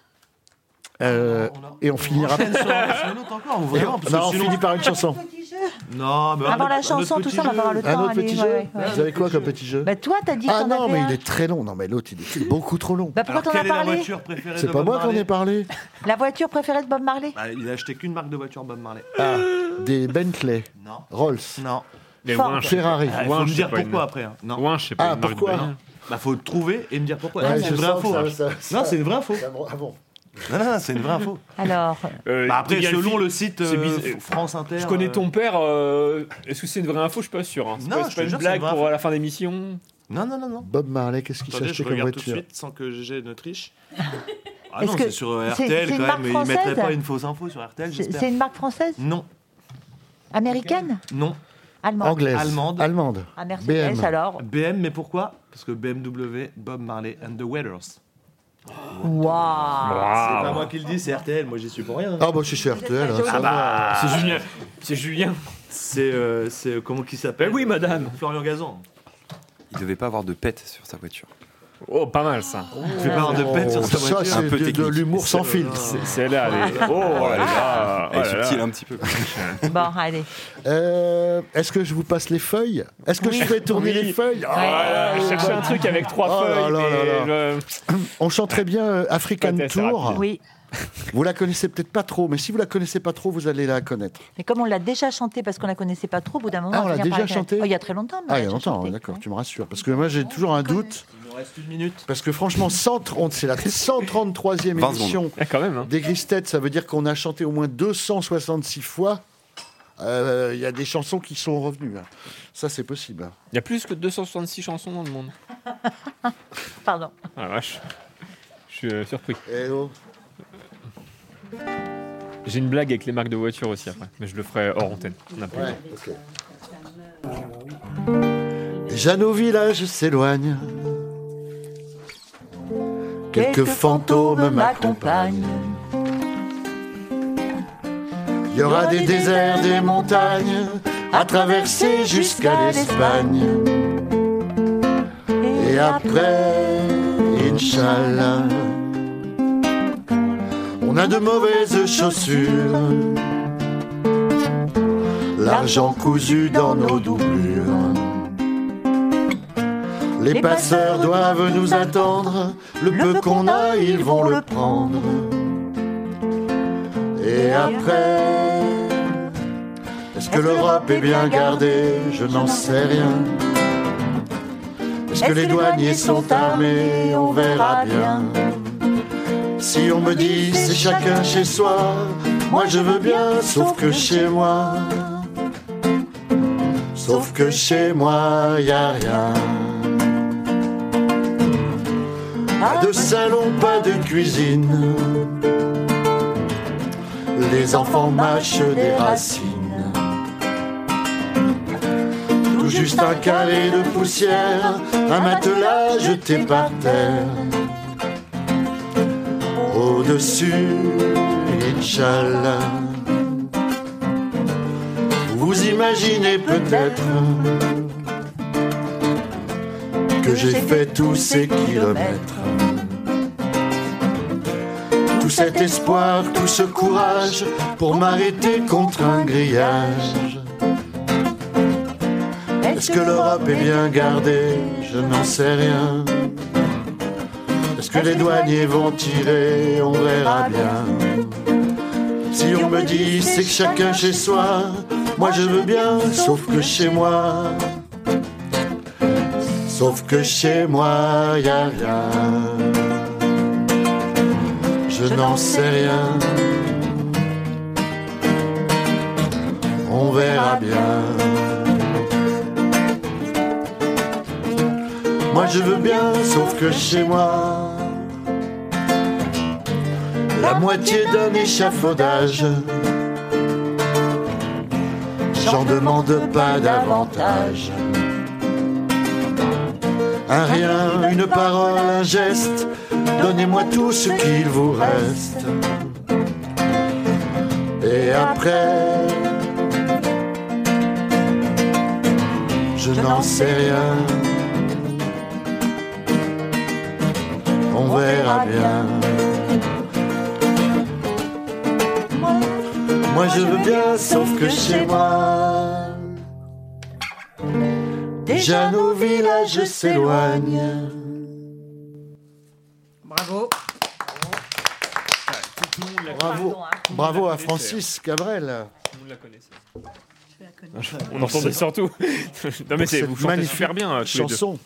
Speaker 3: euh, et on finira.
Speaker 10: Enchaîne sur- sur une autre
Speaker 11: Ah,
Speaker 10: encore, ou
Speaker 3: Et
Speaker 10: vraiment,
Speaker 3: on-
Speaker 10: parce que
Speaker 3: non, Bah, on
Speaker 10: sinon-
Speaker 3: finit par une chanson.
Speaker 10: Non, mais un
Speaker 4: Avant
Speaker 10: autre-
Speaker 4: la
Speaker 10: un
Speaker 4: chanson,
Speaker 10: autre
Speaker 4: tout
Speaker 10: petit
Speaker 4: ça, on va
Speaker 10: jeu.
Speaker 4: avoir le
Speaker 3: Un
Speaker 4: temps.
Speaker 3: autre
Speaker 4: allez,
Speaker 3: petit
Speaker 4: ouais,
Speaker 3: jeu
Speaker 4: ouais, ouais.
Speaker 3: Vous avez quoi comme petit jeu
Speaker 4: Bah, toi, t'as dit que
Speaker 3: Ah
Speaker 4: t'en
Speaker 3: non,
Speaker 4: avais
Speaker 3: mais
Speaker 4: un.
Speaker 3: il est très long. Non, mais l'autre, il est beaucoup trop long.
Speaker 4: Bah, pourquoi
Speaker 10: Alors,
Speaker 4: t'en as
Speaker 10: quelle est la
Speaker 4: parlé
Speaker 10: voiture préférée
Speaker 3: C'est
Speaker 10: de
Speaker 3: pas
Speaker 10: Bob
Speaker 3: moi qu'on ai
Speaker 10: Marley
Speaker 3: parlé.
Speaker 4: La voiture préférée de Bob Marley
Speaker 10: Bah, Il a acheté qu'une marque de voiture, Bob Marley.
Speaker 3: Ah, des Bentley,
Speaker 10: Non.
Speaker 3: Rolls,
Speaker 10: Non.
Speaker 2: Les
Speaker 4: Fort.
Speaker 2: Winch.
Speaker 3: Ferrari.
Speaker 10: Ah,
Speaker 2: Ouin,
Speaker 10: faut me
Speaker 2: je sais
Speaker 10: dire
Speaker 2: pas,
Speaker 10: pourquoi
Speaker 2: une-
Speaker 10: après. hein. Non.
Speaker 2: Ouin, je sais pas.
Speaker 3: Ah,
Speaker 2: une marque de
Speaker 3: pourquoi
Speaker 2: bagnole.
Speaker 10: Bah, faut le trouver et me dire pourquoi.
Speaker 3: Ouais,
Speaker 10: Ah,
Speaker 3: je
Speaker 10: c'est une vraie
Speaker 3: sens
Speaker 10: info.
Speaker 3: que
Speaker 10: hein.
Speaker 3: ça- ça-
Speaker 10: Non, c'est une vraie info.
Speaker 3: Ça me- ah bon.
Speaker 10: Non, non, non, c'est une vraie info.
Speaker 4: Alors,
Speaker 2: Euh,
Speaker 10: Bah, après,
Speaker 2: il y a le
Speaker 10: selon
Speaker 2: film-
Speaker 10: le site
Speaker 2: c'est
Speaker 10: euh,
Speaker 2: bizarre.
Speaker 10: France Inter.
Speaker 2: Je connais
Speaker 10: euh,
Speaker 2: ton père. euh, Est-ce que c'est une vraie info Je suis pas sûr. hein. C'est
Speaker 10: Non,
Speaker 2: pas, c'est
Speaker 10: je
Speaker 2: pas
Speaker 10: te
Speaker 2: une
Speaker 10: jure,
Speaker 2: blague
Speaker 10: c'est une
Speaker 2: pour la fin d'émission.
Speaker 10: Non, non, non, non.
Speaker 3: Bob Marley, qu'est-ce qu'il
Speaker 10: Attendez,
Speaker 3: s'achetait
Speaker 10: je
Speaker 3: comme
Speaker 10: regarde tout de
Speaker 3: voiture
Speaker 10: suite sans que GG ne triche. Ah
Speaker 4: Est-ce
Speaker 10: non,
Speaker 4: que
Speaker 10: c'est sur euh,
Speaker 4: c'est-
Speaker 10: RTL
Speaker 4: c'est une
Speaker 10: quand
Speaker 4: marque
Speaker 10: même. Ils
Speaker 4: française
Speaker 10: mettraient pas une fausse info sur RTL,
Speaker 4: c'est c'est
Speaker 10: j'espère.
Speaker 4: une marque française
Speaker 10: Non,
Speaker 4: Américaine
Speaker 10: non.
Speaker 4: Allemande.
Speaker 3: Anglaise.
Speaker 10: Allemande.
Speaker 3: Allemande.
Speaker 4: Ah, Mercedes, BM. alors.
Speaker 10: BM, mais pourquoi Parce que BMW, Bob Marley and the Wailers. C'est pas moi qui le dis, c'est RTL, moi j'y suis pour rien.
Speaker 3: Ah bah, je suis chez RTL, hein, ça va.
Speaker 10: C'est Julien. C'est Julien. C'est euh, c'est, euh, comment qui s'appelle Oui, madame. Florian Gazan.
Speaker 5: Il devait pas avoir de pète sur sa voiture.
Speaker 2: Oh, pas mal ça.
Speaker 10: Il fait pas avoir de pète sur sa
Speaker 3: ça,
Speaker 10: voiture.
Speaker 3: c'est de- de
Speaker 10: technique.
Speaker 3: l'humour sans
Speaker 10: C'est-
Speaker 3: filtre.
Speaker 2: C'est- Celle-là, elle est. Oh, là là,
Speaker 5: Elle est
Speaker 2: oh là là.
Speaker 5: subtile un petit
Speaker 3: Ah,
Speaker 5: peu.
Speaker 4: Bon, allez.
Speaker 3: Euh, Est-ce que je vous passe les feuilles Est-ce que je fais tourner
Speaker 2: Oui.
Speaker 3: les feuilles Ah,
Speaker 2: Ah, je cherchais un truc avec trois
Speaker 3: Oh là
Speaker 2: feuilles.
Speaker 3: là
Speaker 2: mais
Speaker 3: là
Speaker 2: je-
Speaker 3: On chante très bien euh, African
Speaker 2: Peut-être, c'est
Speaker 3: Tour.
Speaker 2: rapide.
Speaker 4: Oui.
Speaker 3: Vous la connaissez peut-être pas trop, mais si vous la connaissez pas trop, vous allez la connaître.
Speaker 4: Mais comme on l'a déjà chantée parce qu'on la connaissait pas trop, au bout d'un moment.
Speaker 3: Ah, on l'a
Speaker 4: finit par
Speaker 3: déjà
Speaker 4: la connaître.
Speaker 3: chantée
Speaker 4: Oh, Il y a très longtemps. mais on
Speaker 3: Ah,
Speaker 4: l'a
Speaker 3: il y a
Speaker 4: déjà
Speaker 3: longtemps,
Speaker 4: chantée.
Speaker 3: d'accord, tu me rassures. Parce que moi, j'ai toujours un doute.
Speaker 10: Il nous reste une minute.
Speaker 3: Parce que franchement, 100 on- c'est la 133e
Speaker 5: 20
Speaker 3: émission
Speaker 2: Ah, quand même. hein.
Speaker 3: des Grises Têtes. Ça veut dire qu'on a chanté au moins 266 fois. Euh, Il y a des chansons qui sont revenues. hein. Ça, c'est possible. hein.
Speaker 2: Il y a plus que 266 chansons dans le monde.
Speaker 4: Pardon.
Speaker 2: Ah, la vache. Je suis euh, surpris.
Speaker 3: Eh oh.
Speaker 2: J'ai une blague avec les marques de voitures aussi après, mais je le ferai hors antenne. On a plus le
Speaker 3: Ouais,
Speaker 2: temps.
Speaker 3: ok. Jeanne au village s'éloigne. Quelques fantômes m'accompagnent. Il y aura des déserts, des montagnes à traverser jusqu'à l'Espagne. Et après, Inch'Allah, on a de mauvaises chaussures, l'argent cousu dans nos doublures. Les passeurs doivent nous attendre, le peu qu'on a, ils vont le prendre. Et après, est-ce que l'Europe est bien gardée Je n'en sais rien. Est-ce que les douaniers sont armés On verra bien. Si on me dit c'est chacun chez soi, moi je veux bien, sauf que chez moi, sauf que chez moi y a rien. Pas de salon, pas de cuisine. Les enfants mâchent des racines. Tout juste un carré de poussière, un matelas jeté par terre. Au-dessus, Inch'Allah. Vous imaginez peut-être que j'ai fait tous ces kilomètres. Tout cet espoir, tout ce courage pour m'arrêter contre un grillage. Est-ce que l'Europe est bien gardée Je n'en sais rien. Est-ce que les douaniers vont tirer On verra bien. Si on me dit c'est que chacun chez soi, moi je veux bien, sauf que chez moi, sauf que chez moi y a rien. Je n'en sais rien. On verra bien. Moi je veux bien, sauf que chez moi, la moitié d'un échafaudage, j'en demande pas davantage. Un rien, une parole, un geste, donnez-moi tout ce qu'il vous reste. Et après, je n'en sais rien. on verra bien. Moi je veux bien, sauf que chez moi, déjà nos villages s'éloignent.
Speaker 9: Bravo.
Speaker 3: Bravo, bravo à Francis Cabrel. Ah,
Speaker 2: On entendait surtout. non mais c'est
Speaker 3: Cette
Speaker 2: vous chantez super bien euh, tous les deux.
Speaker 3: chanson.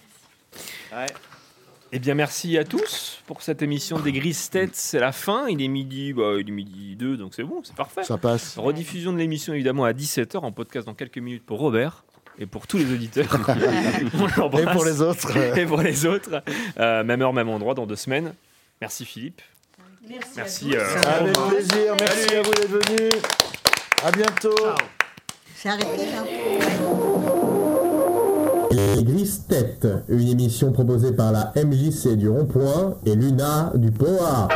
Speaker 2: Eh bien, merci à tous pour cette émission des Grises Têtes. C'est la fin. Il est midi, bah, il est midi 2, donc c'est bon, c'est parfait.
Speaker 3: Ça passe.
Speaker 2: Rediffusion de l'émission évidemment à 17h en podcast dans quelques minutes pour Robert et pour tous les auditeurs. On l'embrasse.
Speaker 3: Et pour les autres, euh,
Speaker 2: Et pour les autres. Euh, même heure, même endroit dans deux semaines. Merci Philippe. Merci. euh,
Speaker 3: avec plaisir. Merci à vous d'être venus. À bientôt.
Speaker 11: C'est arrêté
Speaker 3: hein.
Speaker 11: là.
Speaker 3: Les Grises Têtes, une émission proposée par la MJC du Rond-Point et Luna du POA.